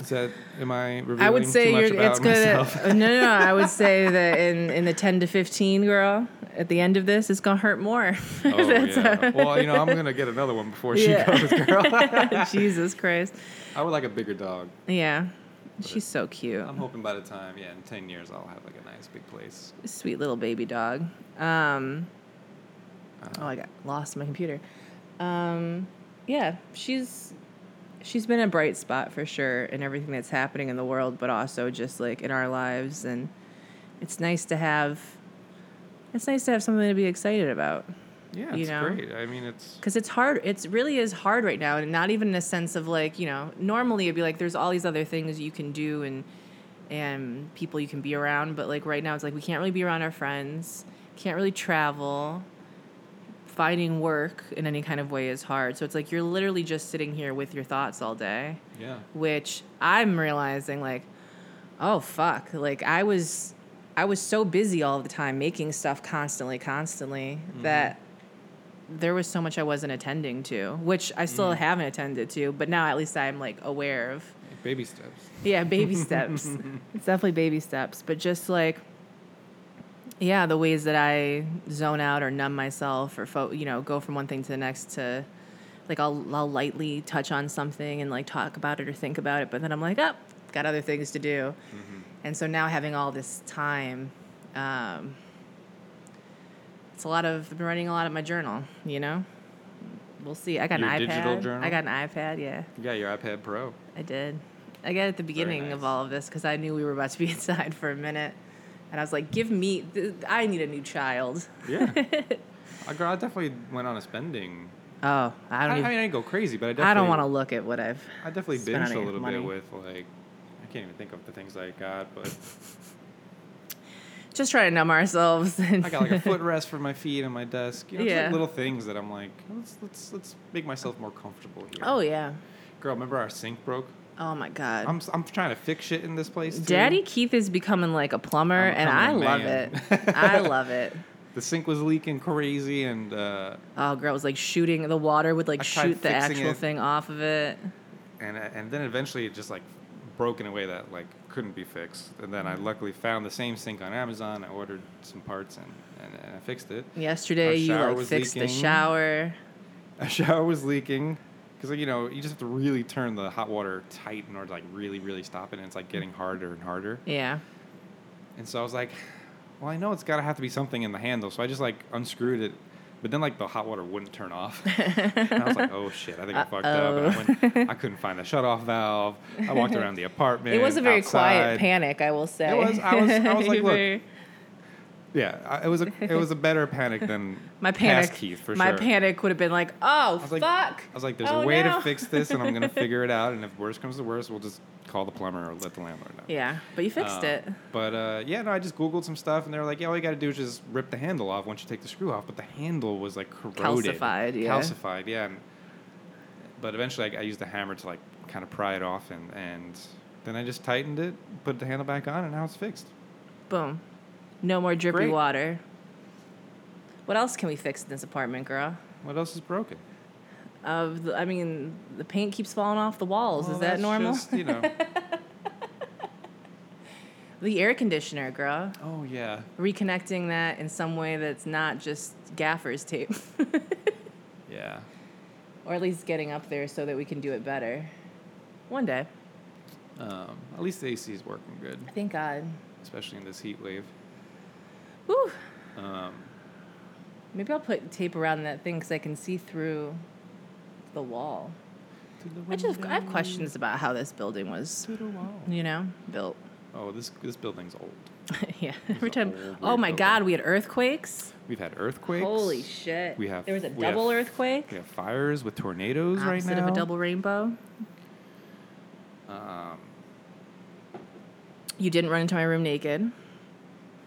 Is that am I revealing
I would say
too much
you're,
about
it's good.
myself?
[laughs] no, no, no. I would say that in, in the 10 to 15, girl, at the end of this, it's going to hurt more. [laughs]
oh yeah. well, you know, I'm gonna get another one before she
Yeah. [laughs]
goes, girl.
Jesus Christ.
I would like a bigger dog.
Yeah. She's so cute.
I'm hoping by the time, yeah, in ten years, I'll have like a nice big place.
sweet little baby dog. Um, oh, I got lost in my computer. Um, yeah, she's she's been a bright spot for sure in everything that's happening in the world, but also just like in our lives, and it's nice to have. It's nice to have something to be excited about
Yeah,
You
it's
know?
great. I mean, it's
because it's hard. It's really is hard right now, and not even in a sense of like you know. Normally, it'd be like there's all these other things you can do and and people you can be around, but like right now, it's like we can't really be around our friends, can't really travel. Finding work in any kind of way is hard. So it's like you're literally just sitting here with your thoughts all day
yeah.
which I'm realizing like, oh fuck, like I was I was so busy all the time making stuff constantly, constantly that there was so much I wasn't attending to, which I still haven't attended to, but now at least I'm like aware of.
Baby steps.
Yeah, baby
[laughs]
steps. it's definitely baby steps, but just like yeah, the ways that I zone out or numb myself or fo- you know, go from one thing to the next to like I'll, I'll lightly touch on something and like talk about it or think about it, but then I'm like, "Oh, got other things to do."
Mm-hmm.
And so now having all this time um it's a lot of I've been writing a lot of my journal, you know? We'll see. I got
Your
an iPad.
digital journal?
I got an iPad, yeah.
Yeah, your iPad Pro.
I did. I got it at the beginning of
nice.
all of this because I knew we were about to be [laughs] inside for a minute. And I was like, give me, th- I need a new child.
Yeah. I, Uh, girl, I definitely went on a spending.
[laughs] Oh, I
I,
don't
I mean,
even,
I
I,
didn't go crazy, but I definitely.
don't want to look at what I've,
I definitely
spend
binged
any
a little
money.
bit with like. I can't even think of the things I got, but
just trying to numb ourselves. [laughs] And
I got like a footrest for my feet and my desk. You know, just, like,
Yeah.
little things that I'm like, let's let's let's make myself more comfortable here.
oh, yeah.
girl, remember our sink broke?
Oh, my God.
I'm I'm trying to fix shit in this place. Too.
Daddy Keith is becoming like a plumber,
I'm
and I
becoming a
love
man. [laughs]
it. I love it.
the sink was leaking crazy, and uh,
Oh, girl, it was like shooting, the water would like
I tried
shoot the
fixing
actual
it.
thing off of it.
and and then eventually it just like broken away that like couldn't be fixed. And then I luckily found the same sink on Amazon. I ordered some parts and, and, and I fixed it. [laughs] Our
Yesterday, you
shower
like
was
fixed the
leaking.
shower.
A shower was leaking because you know you just have to really turn the hot water tight in order to like really really stop it. And it's like getting harder and harder.
Yeah.
And so I was like, well, I know it's got to have to be something in the handle. So I just like unscrewed it. But then like the hot water wouldn't turn off. [laughs] and I was like, oh shit, I think I fucked up. And I, went, I couldn't find the shutoff valve. I walked
[laughs]
around the apartment.
It was a very quiet
outside.
panic, I will say.
It was- I was- I was like,
You [laughs]
look,
were-
Yeah, I- it was a
[laughs]
it was a better panic than
my
past
panic,
Keith for
my
sure.
panic would have been like, oh
I was
fuck.
like, I was like, there's
Oh,
a way
no.
to fix this, and
[laughs]
I'm gonna figure it out. And if worse comes to worse, we'll just call the plumber or let the landlord know.
yeah, but you fixed
Um,
it.
But uh, yeah, no, I just googled some stuff, and they were like, yeah, all you got to do is just rip the handle off once you take the screw off. But the handle was like corroded,
Calcified, yeah.
calcified, yeah. And, but eventually, I, I used a hammer to like kind of pry it off, and and then I just tightened it, put the handle back on, and now it's fixed.
Boom. No more drippy
Great.
water. What else can we fix in this apartment, girl?
What else is broken?
Of the, I mean, the paint keeps falling off the walls.
Well,
Is that
that's
normal?
just,
[laughs]
you know.
the air conditioner, girl.
oh yeah.
Reconnecting that in some way that's not just gaffer's tape, [laughs]
Yeah.
or at least getting up there so that we can do it better. One day.
Um, at least the AC is working good,
Thank God.
especially in this heat wave.
Whew.
Um,
Maybe I'll put tape around that thing because I can see through the wall. I just I have questions about how this building was, you know, built. [laughs]
Oh, this this building's old.
yeah.
It's
Every
an
time.
old,
Oh
weird
my
building.
God, we had earthquakes.
We've had earthquakes.
Holy shit.
We have
There was a
we have-
double earthquake.
We have fires with tornadoes right
Opposite
now.
of a double rainbow.
Um,
You didn't run into my room naked.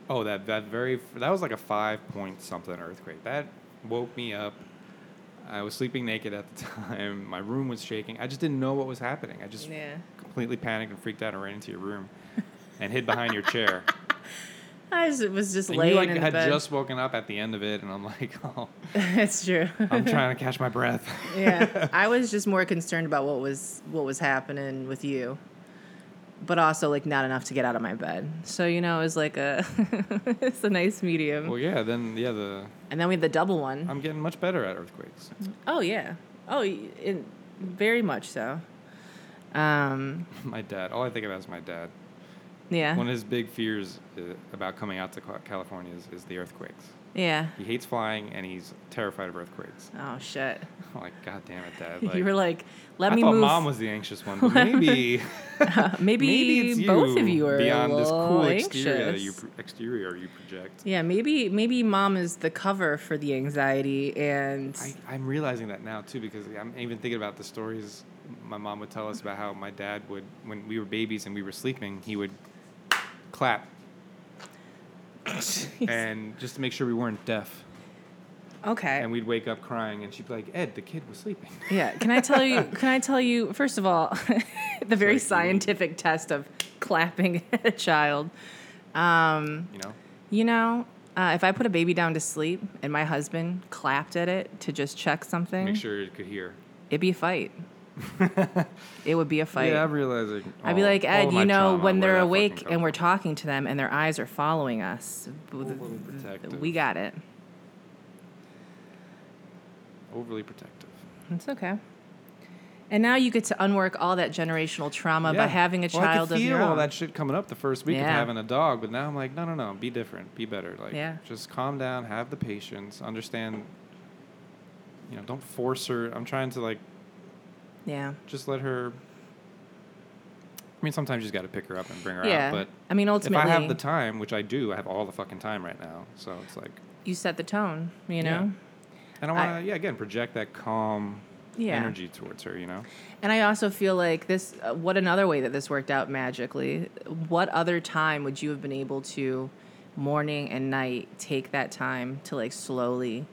oh, that that very that was like a five point something earthquake. That woke me up. I was sleeping naked at the [laughs] time. My room was shaking. I just didn't know what was happening. I just
Yeah.
completely panicked and freaked out and ran into your room and hid behind
[laughs]
your chair.
I just, was just
And
laying
you like
in the
had
bed.
just woken up at the end of it, and I'm like, [laughs] oh,
[laughs] That's
[laughs]
true.
I'm trying to catch
[laughs]
my breath. [laughs]
yeah. I was just more concerned about what was what was happening with you. But also like not enough to get out of my bed. So you know, it was like a [laughs] it's a nice medium.
well, yeah. Then yeah, the
And then we had the double one.
I'm getting much better at earthquakes. [laughs]
oh yeah. Oh, y- it, very much so. Um,
My dad. All I think about is my dad.
yeah.
One of his big fears uh, about coming out to Ca- California is, is the earthquakes.
yeah.
He hates flying and he's terrified of earthquakes. [laughs]
Oh shit. [laughs]
I'm like, God damn it, Dad. Like,
you were like, let
I
me
thought
move.
mom was the anxious one, but maybe,
[laughs] maybe,
maybe it's you
both of you are
beyond
a
this
little
cool
anxious.
exterior that you pr- exterior you project.
yeah, maybe maybe mom is the cover for the anxiety and
I, I'm realizing that now too because I'm even thinking about the stories my mom would tell us about how my dad would, when we were babies and we were sleeping, he would clap and just to make sure we weren't deaf.
okay.
and we'd wake up crying, and she'd be like, "Ed, the kid was sleeping." [laughs]
Yeah. Can I tell you? Can I tell you? First of all, [laughs] the very
Sorry,
scientific test of clapping [laughs] at a child. Um,
You know,
you know, uh, if I put a baby down to sleep and my husband clapped at it to just check something,
make sure it could hear.
it'd be a
[laughs]
fight. it would be a fight.
Yeah, I'm realizing.
I'd be
all-
like,
all
Ed,
of
you
my
know,
trauma,
when
where
they're
that fucking
awake
comes
and we're talking to them and their eyes are following us,
Overly protective.
we got it.
from. overly protective.
It's okay. And now you get to unwork all that generational trauma by
Yeah.
having a
Well, I
child
could
of
feel
your
all
own.
that shit coming up the first week of
Yeah.
having a dog, but now I'm like, no, no, no, be different, be better. Like,
Yeah.
just calm down, have the patience, understand. You know, don't force her. I'm trying to like
yeah.
just let her. I mean, sometimes you just got to pick her up and bring her
yeah.
out, but.
I mean,
If
ultimately,
I have the time, which I do, I have all the fucking time right now. So it's like,
you set the tone, you
Yeah.
know?
And I
I-
want to, yeah, again, project that calm
Yeah.
energy towards her, you know?
And I also feel like this, uh, what another way that this worked out magically. What other time would you have been able to, morning and night, take that time to like slowly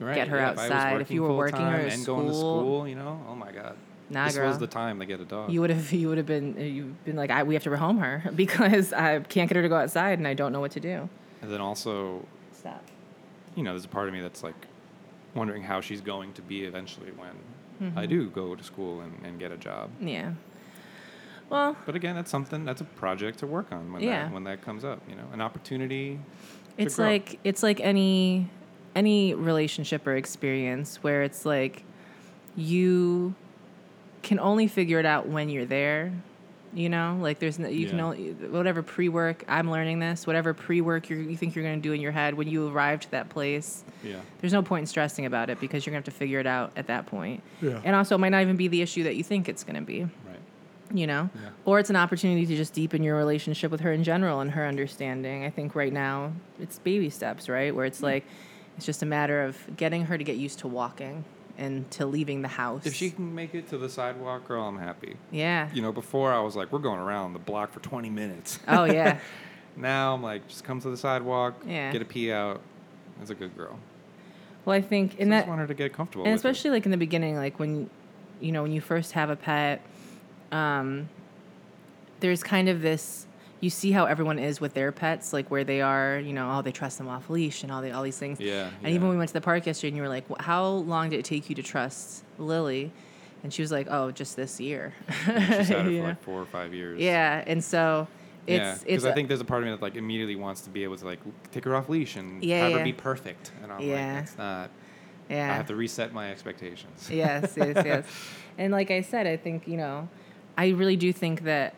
Right?
Get her
yeah, if I was
outside. If you were working
full-time
or at
and going to
school-
school, you know? Oh my God.
Nah,
this
girl.
was the time to get a dog.
You would have you would have been uh, you've been like I, we have to rehome her [laughs] because I can't get her to go outside and I don't know what to do.
and then also,
Stop.
you know, there's a part of me that's like wondering how she's going
Mm-hmm.
to be eventually when I do go to school and, and get a job.
Yeah. Well,
But again, that's something that's a project to work on when
Yeah.
that when that comes up. You know, an opportunity. to
it's
grow.
like it's like any any relationship or experience where it's like you can only figure it out when you're there you know like there's no, you can
Yeah.
only whatever pre-work i'm learning this whatever pre-work you're, you think you're going to do in your head when you arrive to that place
yeah,
there's no point in stressing about it because you're going to have to figure it out at that point
Yeah.
and also it might not even be the issue that you think it's going to be
right.
you know
Yeah.
or it's an opportunity to just deepen your relationship with her in general and her understanding i think right now it's baby steps right where
Hmm.
it's like it's just a matter of getting her to get used to walking and to leaving the house
If she can make it to the sidewalk, girl, I'm happy.
yeah
You know, before I was like, we're going around the block for 20 minutes.
[laughs] oh yeah
Now I'm like, just come to the sidewalk,
Yeah.
get a pee out. That's a good girl.
well i think
I
in
just
that
want her to get comfortable.
and
with it.
especially like in the beginning like when you know when you first have a pet um there's kind of this you see how everyone is with their pets like where they are you know oh they trust them off leash and all the all these things
Yeah,
and even
yeah.
when we went to the park yesterday and you were like "Wh- how long did it take you to trust lily and she was like oh just this year [laughs]
She's had it
You
for
know?
like four or five years.
yeah and so it's
because
it's
I
a-
think there's a part of me that like immediately wants to be able to like take her off leash and
Yeah,
have
yeah.
her be perfect, and I'm
Yeah.
like, that's not.
yeah
I have to [laughs] reset my expectations.
[laughs] yes, yes, yes. And like I said, I think, you know, I really do think that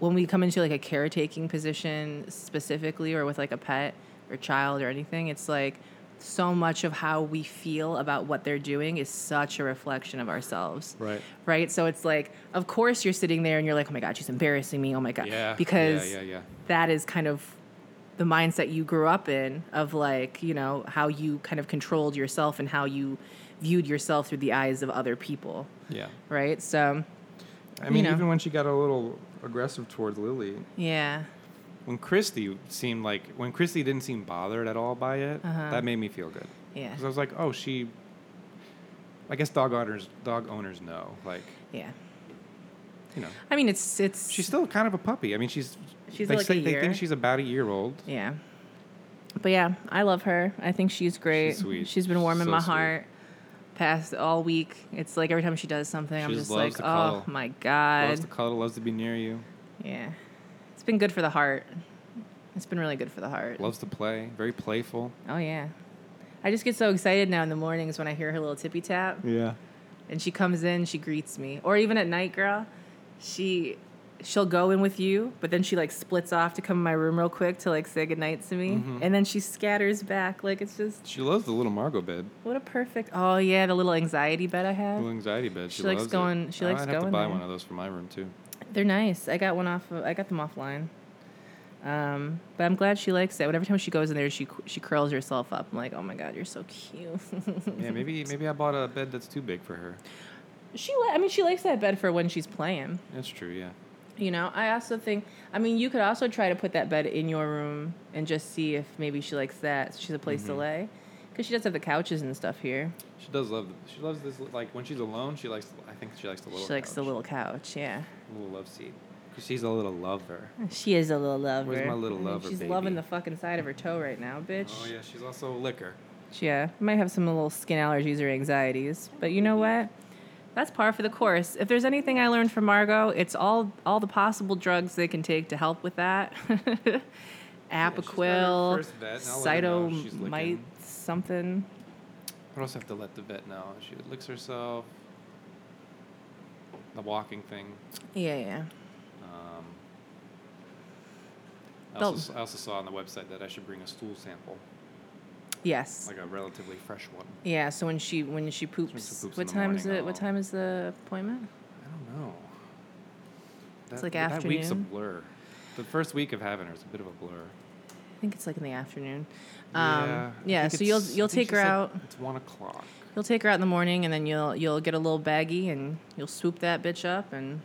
when we come into like a caretaking position specifically or with like a pet or child or anything, it's like so much of how we feel about what they're doing is such a reflection of ourselves.
Right.
Right? So it's like, of course you're sitting there and you're like, oh my God, she's embarrassing me. Oh my God.
Yeah.
Because
Yeah, yeah, yeah.
that is kind of the mindset you grew up in of like you know how you kind of controlled yourself and how you viewed yourself through the eyes of other people
Yeah.
right so
I mean,
know.
even when she got a little aggressive towards Lily,
yeah
when Christy seemed like when Christy didn't seem bothered at all by it,
Uh-huh.
that made me feel good.
yeah
'Cause I was like, oh, she. I guess dog owners dog owners know like
yeah
you know
i mean it's it's
she's still kind of a puppy. I mean, she's
She's
they
like a
say- they
year.
think she's about a year old.
yeah but yeah i love her i think she's great
She's sweet.
she's been warming
So
my
sweet.
heart past all week it's like every time she does something i'm
She
just
just
like
loves
oh
to cuddle.
my god
Loves to cuddle, loves to be near you,
yeah it's been good for the heart it's been really good for the heart
loves to play, very playful.
Oh yeah. I just get so excited now in the mornings when I hear her little tippy tap
Yeah.
and she comes in, she greets me. Or even at night, girl, she she'll go in with you, but then she like splits off to come in my room real quick to like say goodnight to me. And then she scatters back. Like it's just
She loves the little Margot bed,
what a perfect oh yeah, the little anxiety bed I
the
have.
little anxiety bed.
She
She,
likes
loves it.
going- she likes
I'd have
going
to buy
there.
one of those for my room too.
They're nice. I got one off of, I got them offline. Um, but I'm glad she likes it. But every time she goes in there, she she curls herself up. I'm like, oh my god, you're so cute. [laughs]
Yeah, maybe maybe I bought a bed that's too big for her.
she, li- I mean, she likes that bed for when she's playing.
That's true. Yeah.
You know, I also think, I mean, you could also try to put that bed in your room and just see if maybe she likes that. She's a place
Mm-hmm.
to lay. Because she does have the couches and stuff here.
She does love. The, she loves this. Like when she's alone, she likes. I think she likes the little.
she likes the
couch,
little couch, yeah.
little love seat. 'Cause She's a little lover.
She is a little lover.
my little
I mean,
lover,
She's
baby?
loving the fucking side of her toe right now, bitch.
Oh yeah, she's also a liquor.
Yeah, might have some little skin allergies or anxieties, but you know what? That's par for the course. If there's anything I learned from Margot, it's all all the possible drugs they can take to help with that. [laughs] Apaquil,
first vet, and I'll let her know if she's
cytomite,
licking.
something.
I also have to let the vet know. She licks herself. The walking thing.
Yeah, yeah.
Um, I,
They'll-
also, I also saw on the website that I should bring a stool sample,
Yes.
like a relatively fresh one.
yeah, so when she when she poops,
poops in
what
the
time is
morning,
it? What
I'll-
time is the appointment?
I don't know. That,
It's like
That week's a
afternoon.
blur. The first week of having her is a bit of a blur.
I think it's like in the afternoon.
I
Um, yeah,
think
so
it's-
you'll
I
you'll
think
take her
she said
out.
It's one o'clock.
You'll take her out in the morning, and then you'll you'll get a little baggie, and you'll swoop that bitch up, and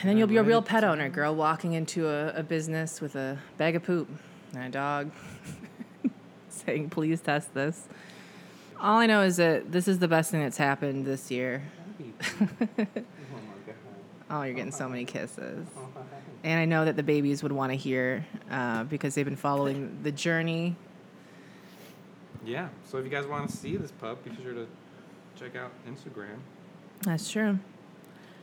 and then you'll be a real pet owner, girl, walking into a, a business with a bag of poop and a dog, [laughs] saying, "Please test this." All I know is that this is the best thing that's happened this year. [laughs] Oh, you're getting so many kisses. And I know that the babies would want to hear uh, because they've been following the journey.
Yeah. So if you guys want to see this pup, be sure to check out Instagram.
That's true.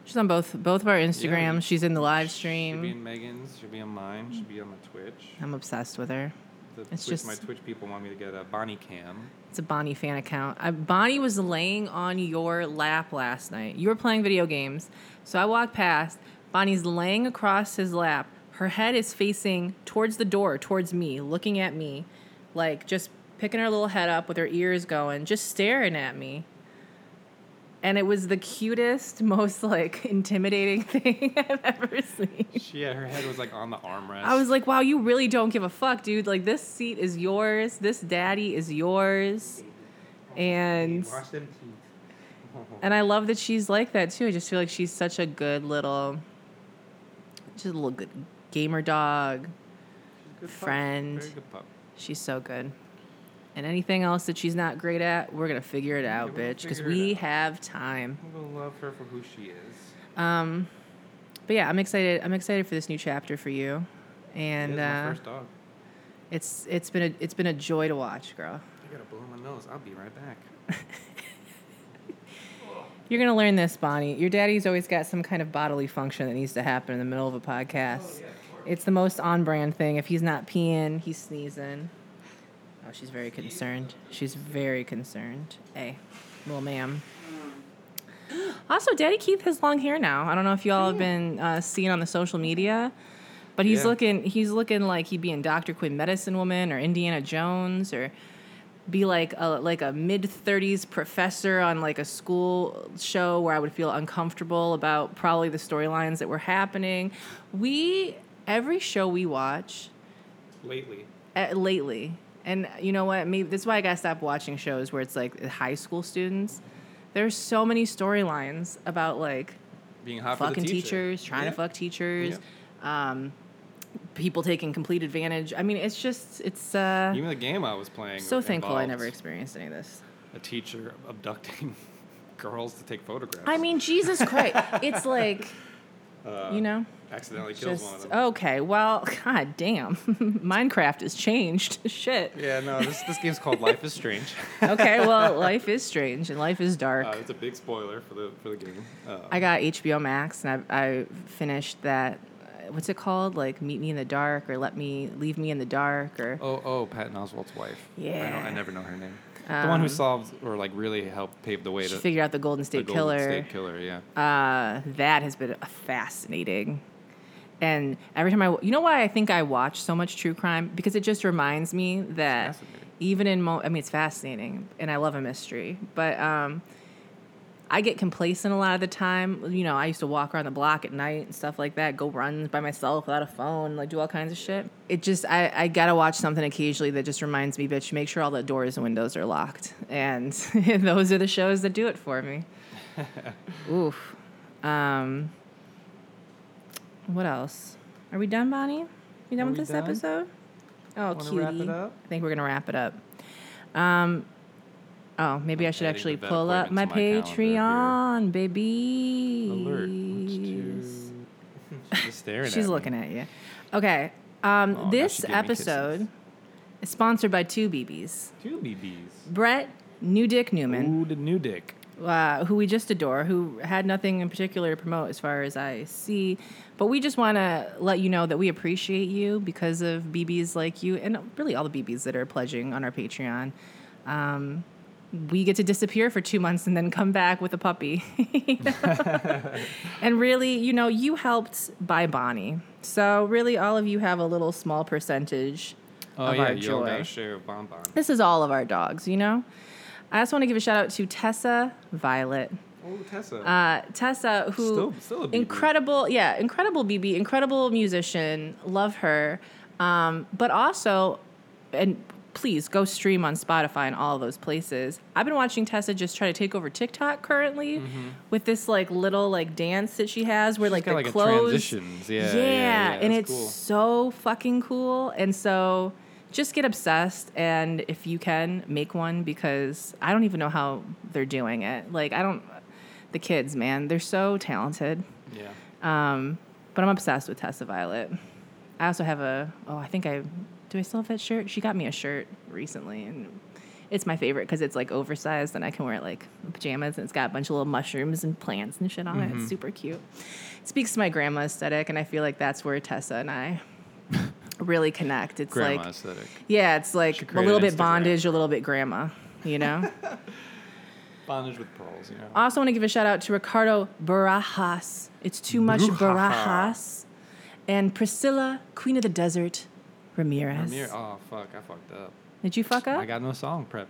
She's on both both of our Instagrams.
Yeah.
She's in the live
Should be
stream.
in Megan's. Should be on mine. Should be on my Twitch.
I'm obsessed with her.
The
It's
Twitch,
just-
my Twitch people want me to get a Bonnie
[laughs]
Cam.
It's a Bonnie fan account. I, Bonnie was laying on your lap last night. You were playing video games. So I walked past. Bonnie's laying across his lap. Her head is facing towards the door, towards me, looking at me, like just picking her little head up with her ears going, just staring at me. And it was the cutest, [laughs] most like intimidating [laughs] thing I've ever seen.
She, yeah, her head was like on the armrest.
I was like, wow, you really don't give a fuck, dude. Like, this seat is yours. This daddy is yours. And
Wash them teeth. [laughs]
and I love that she's like that too. I just feel like she's such a good little, just a little good gamer dog.
She's a good pup.
friend.
Very good pup.
She's so good. And anything else that she's not great at, we're gonna figure it out,
we'll
bitch, because
figure it
we
out.
have time.
I'm gonna love her for who she is.
Um, but yeah, I'm excited. I'm excited for this new chapter for you, and
She is my
uh,
first dog.
it's it's been a it's been a joy to watch, girl.
I gotta blow my nose. I'll be right back.
You're gonna learn this, Bonnie. Your daddy's always got some kind of bodily function that needs to happen in the middle of a podcast. it's the most on-brand thing. If he's not peeing, he's sneezing. Oh, she's very concerned. She's very concerned. Hey, little ma'am. Also, Daddy Keith has long hair now. I don't know if y'all have been uh, seeing on the social media, but he's
Yeah.
looking. He's looking like he'd be in Doctor Quinn Medicine Woman or Indiana Jones or be like a like a mid 30s professor on like a school show where I would feel uncomfortable about probably the storylines that were happening. We every show we watch
Lately,
uh, lately, and uh, you know what? Maybe that's why I gotta stop watching shows where it's like high school students. There's so many storylines about like
being hot for
fucking
the teacher.
teachers, trying
Yeah.
to fuck teachers, um, people taking complete advantage. I mean, it's just it's uh,
Even the game I was playing.
so thankful I
involved
never experienced any of this.
A teacher abducting [laughs] girls to take photographs.
I mean, Jesus
[laughs]
Christ. it's like, you know,
accidentally Uh, kills one of
just,
them.
okay, well, [laughs] god damn. Minecraft has changed. [laughs] Shit.
Yeah, no, this, this game's called Life is Strange. [laughs]
Okay, well, life is strange and life is dark.
Uh, it's a big spoiler for the for the game. Uh,
I got HBO Max and I, I finished that. uh, What's it called? Like, Meet Me in the Dark or Let Me Leave Me in the Dark or.
oh, oh, Patton Oswald's wife. I, don't,
Yeah. Um,
I never know her name. the one who solved or like really helped pave the way
She
to
figured out the Golden
the
State
Golden
Killer.
State Killer. Yeah,
uh, that has been fascinating. And every time I, you know why I think I watch so much true crime because it just reminds me that
fascinating.
even in mo, I mean it's fascinating and I love a mystery, but um, I get complacent a lot of the time. You know, I used to walk around the block at night and stuff like that, go runs by myself without a phone, like do all kinds of shit. It just I, I gotta watch something occasionally that just reminds me, bitch, make sure all the doors and windows are locked. And [laughs] those are the shows that do it for
[laughs]
me. Oof. Um, what else? Are we done, Bonnie? We done
Are
with
we
this
done?
episode? Oh,
Wanna
cutie.
wrap it up?
I think we're gonna wrap it up. Um, oh, maybe I should
adding
actually
the vet
pull up my
appointment to my
Patreon,
Alert!
baby.
[laughs] She's just staring.
She's
at
looking
me.
at you. Okay. Um,
Oh, now she
this
gave me
episode is sponsored by two BBs,
two BBs.
Brett New Dick Newman.
Ooh, the new dick.
uh, who we just adore, who had nothing in particular to promote as far as I see. But we just want to let you know that we appreciate you because of BBs like you and really all the BBs that are pledging on our Patreon. Um, we get to disappear for two months and then come back with a puppy. [laughs] and really, you know, you helped buy Bonnie. So, really, all of you have a little small percentage
Oh
of
yeah,
our
you all
joy
got a share of bonbon.
this is all of our dogs, you know? I just want to give a shout out to Tessa Violet.
Oh Tessa.
Uh, Tessa, who
Still- still a BB.
incredible, yeah, incredible BB, incredible musician, love her. Um, but also, and please go stream on Spotify and all those places. I've been watching Tessa just try to take over TikTok currently with this like little like dance that she has where
Mm-hmm.
like
She's got,
the
like, a
clothes
transitions. Yeah, yeah,
yeah,
yeah,
and
that's
it's
cool.
so fucking cool. And so just get obsessed and if you can make one because I don't even know how they're doing it. Like I don't the kids, man, they're so talented.
yeah.
Um, but I'm obsessed with Tessa Violet. I also have a oh, I think I do I still have that shirt? She got me a shirt recently and It's my favorite because it's like oversized and I can wear it like pajamas and it's got a bunch of little mushrooms and plants and shit on
Mm-hmm.
it. It's super cute. It speaks to my grandma aesthetic and I feel like that's where Tessa and I really connect. It's
Grandma
like
aesthetic.
yeah, it's like a
created
little bit
Instagram.
bondage, a little bit grandma, you know?
Bondage with pearls, you know.
I also want to give a shout out to Ricardo Barajas. It's too much
Brujaha.
Barajas. And Priscilla, Queen of the Desert, Ramirez.
Ramir- oh fuck, I fucked up.
Did you fuck up?
I got no song prepped.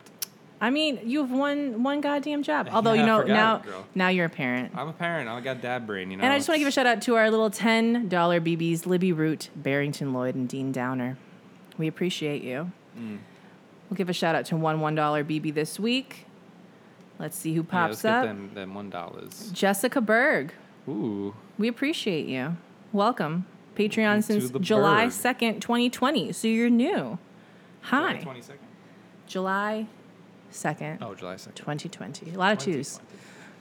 I mean, you have one one goddamn job. Although
Yeah,
you
I
know
forgot
now
it, girl.
now you're a parent.
I'm a parent. I got dad brain, you know.
and I just want to give a shout out to our little ten dollar BBs, Libby Root, Barrington Lloyd, and Dean Downer. We appreciate you.
Mm.
We'll give a shout out to one one dollar BB this week. Let's see who
yeah,
pops
let's get
up.
them, them one dollars.
Jessica Berg.
Ooh,
We appreciate you. Welcome. Patreon since
the
July
Berg.
2nd, 2020. So you're new. Hi.
Twenty second.
July 2nd,
Oh, July second.
2020. A lot of twos.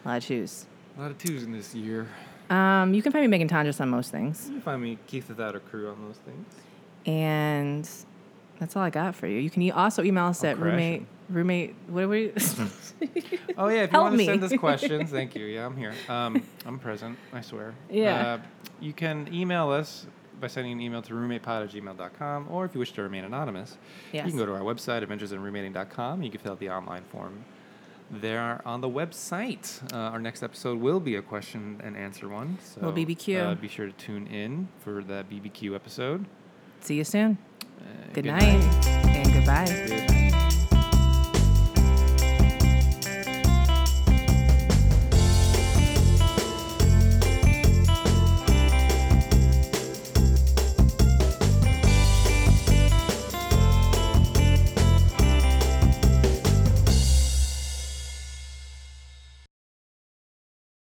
A lot of twos.
A lot of twos in this year.
Um, you can find me Megan Tondras on most things.
You can find me Keith without a crew on those
[laughs]
things.
And that's all I got for you. You can e- also email us
I'm
at roommate,
crashing.
roommate, what [laughs]
[laughs]
were you?
Oh yeah, if you
Help
want to send
me.
us
[laughs]
questions, thank you. Yeah, I'm here. Um, I'm present. I swear.
Yeah.
Uh, you can email us by sending an email to roommatepod at gmail.com, or if you wish to remain anonymous,
Yes.
you can go to our website adventuresinroommating.com. You can fill out the online form there on the website. Uh, our next episode will be a question and answer one. So
Little BBQ.
Uh, be sure to tune in for that BBQ episode.
See you soon.
Uh,
Good, night. And goodbye.
Good.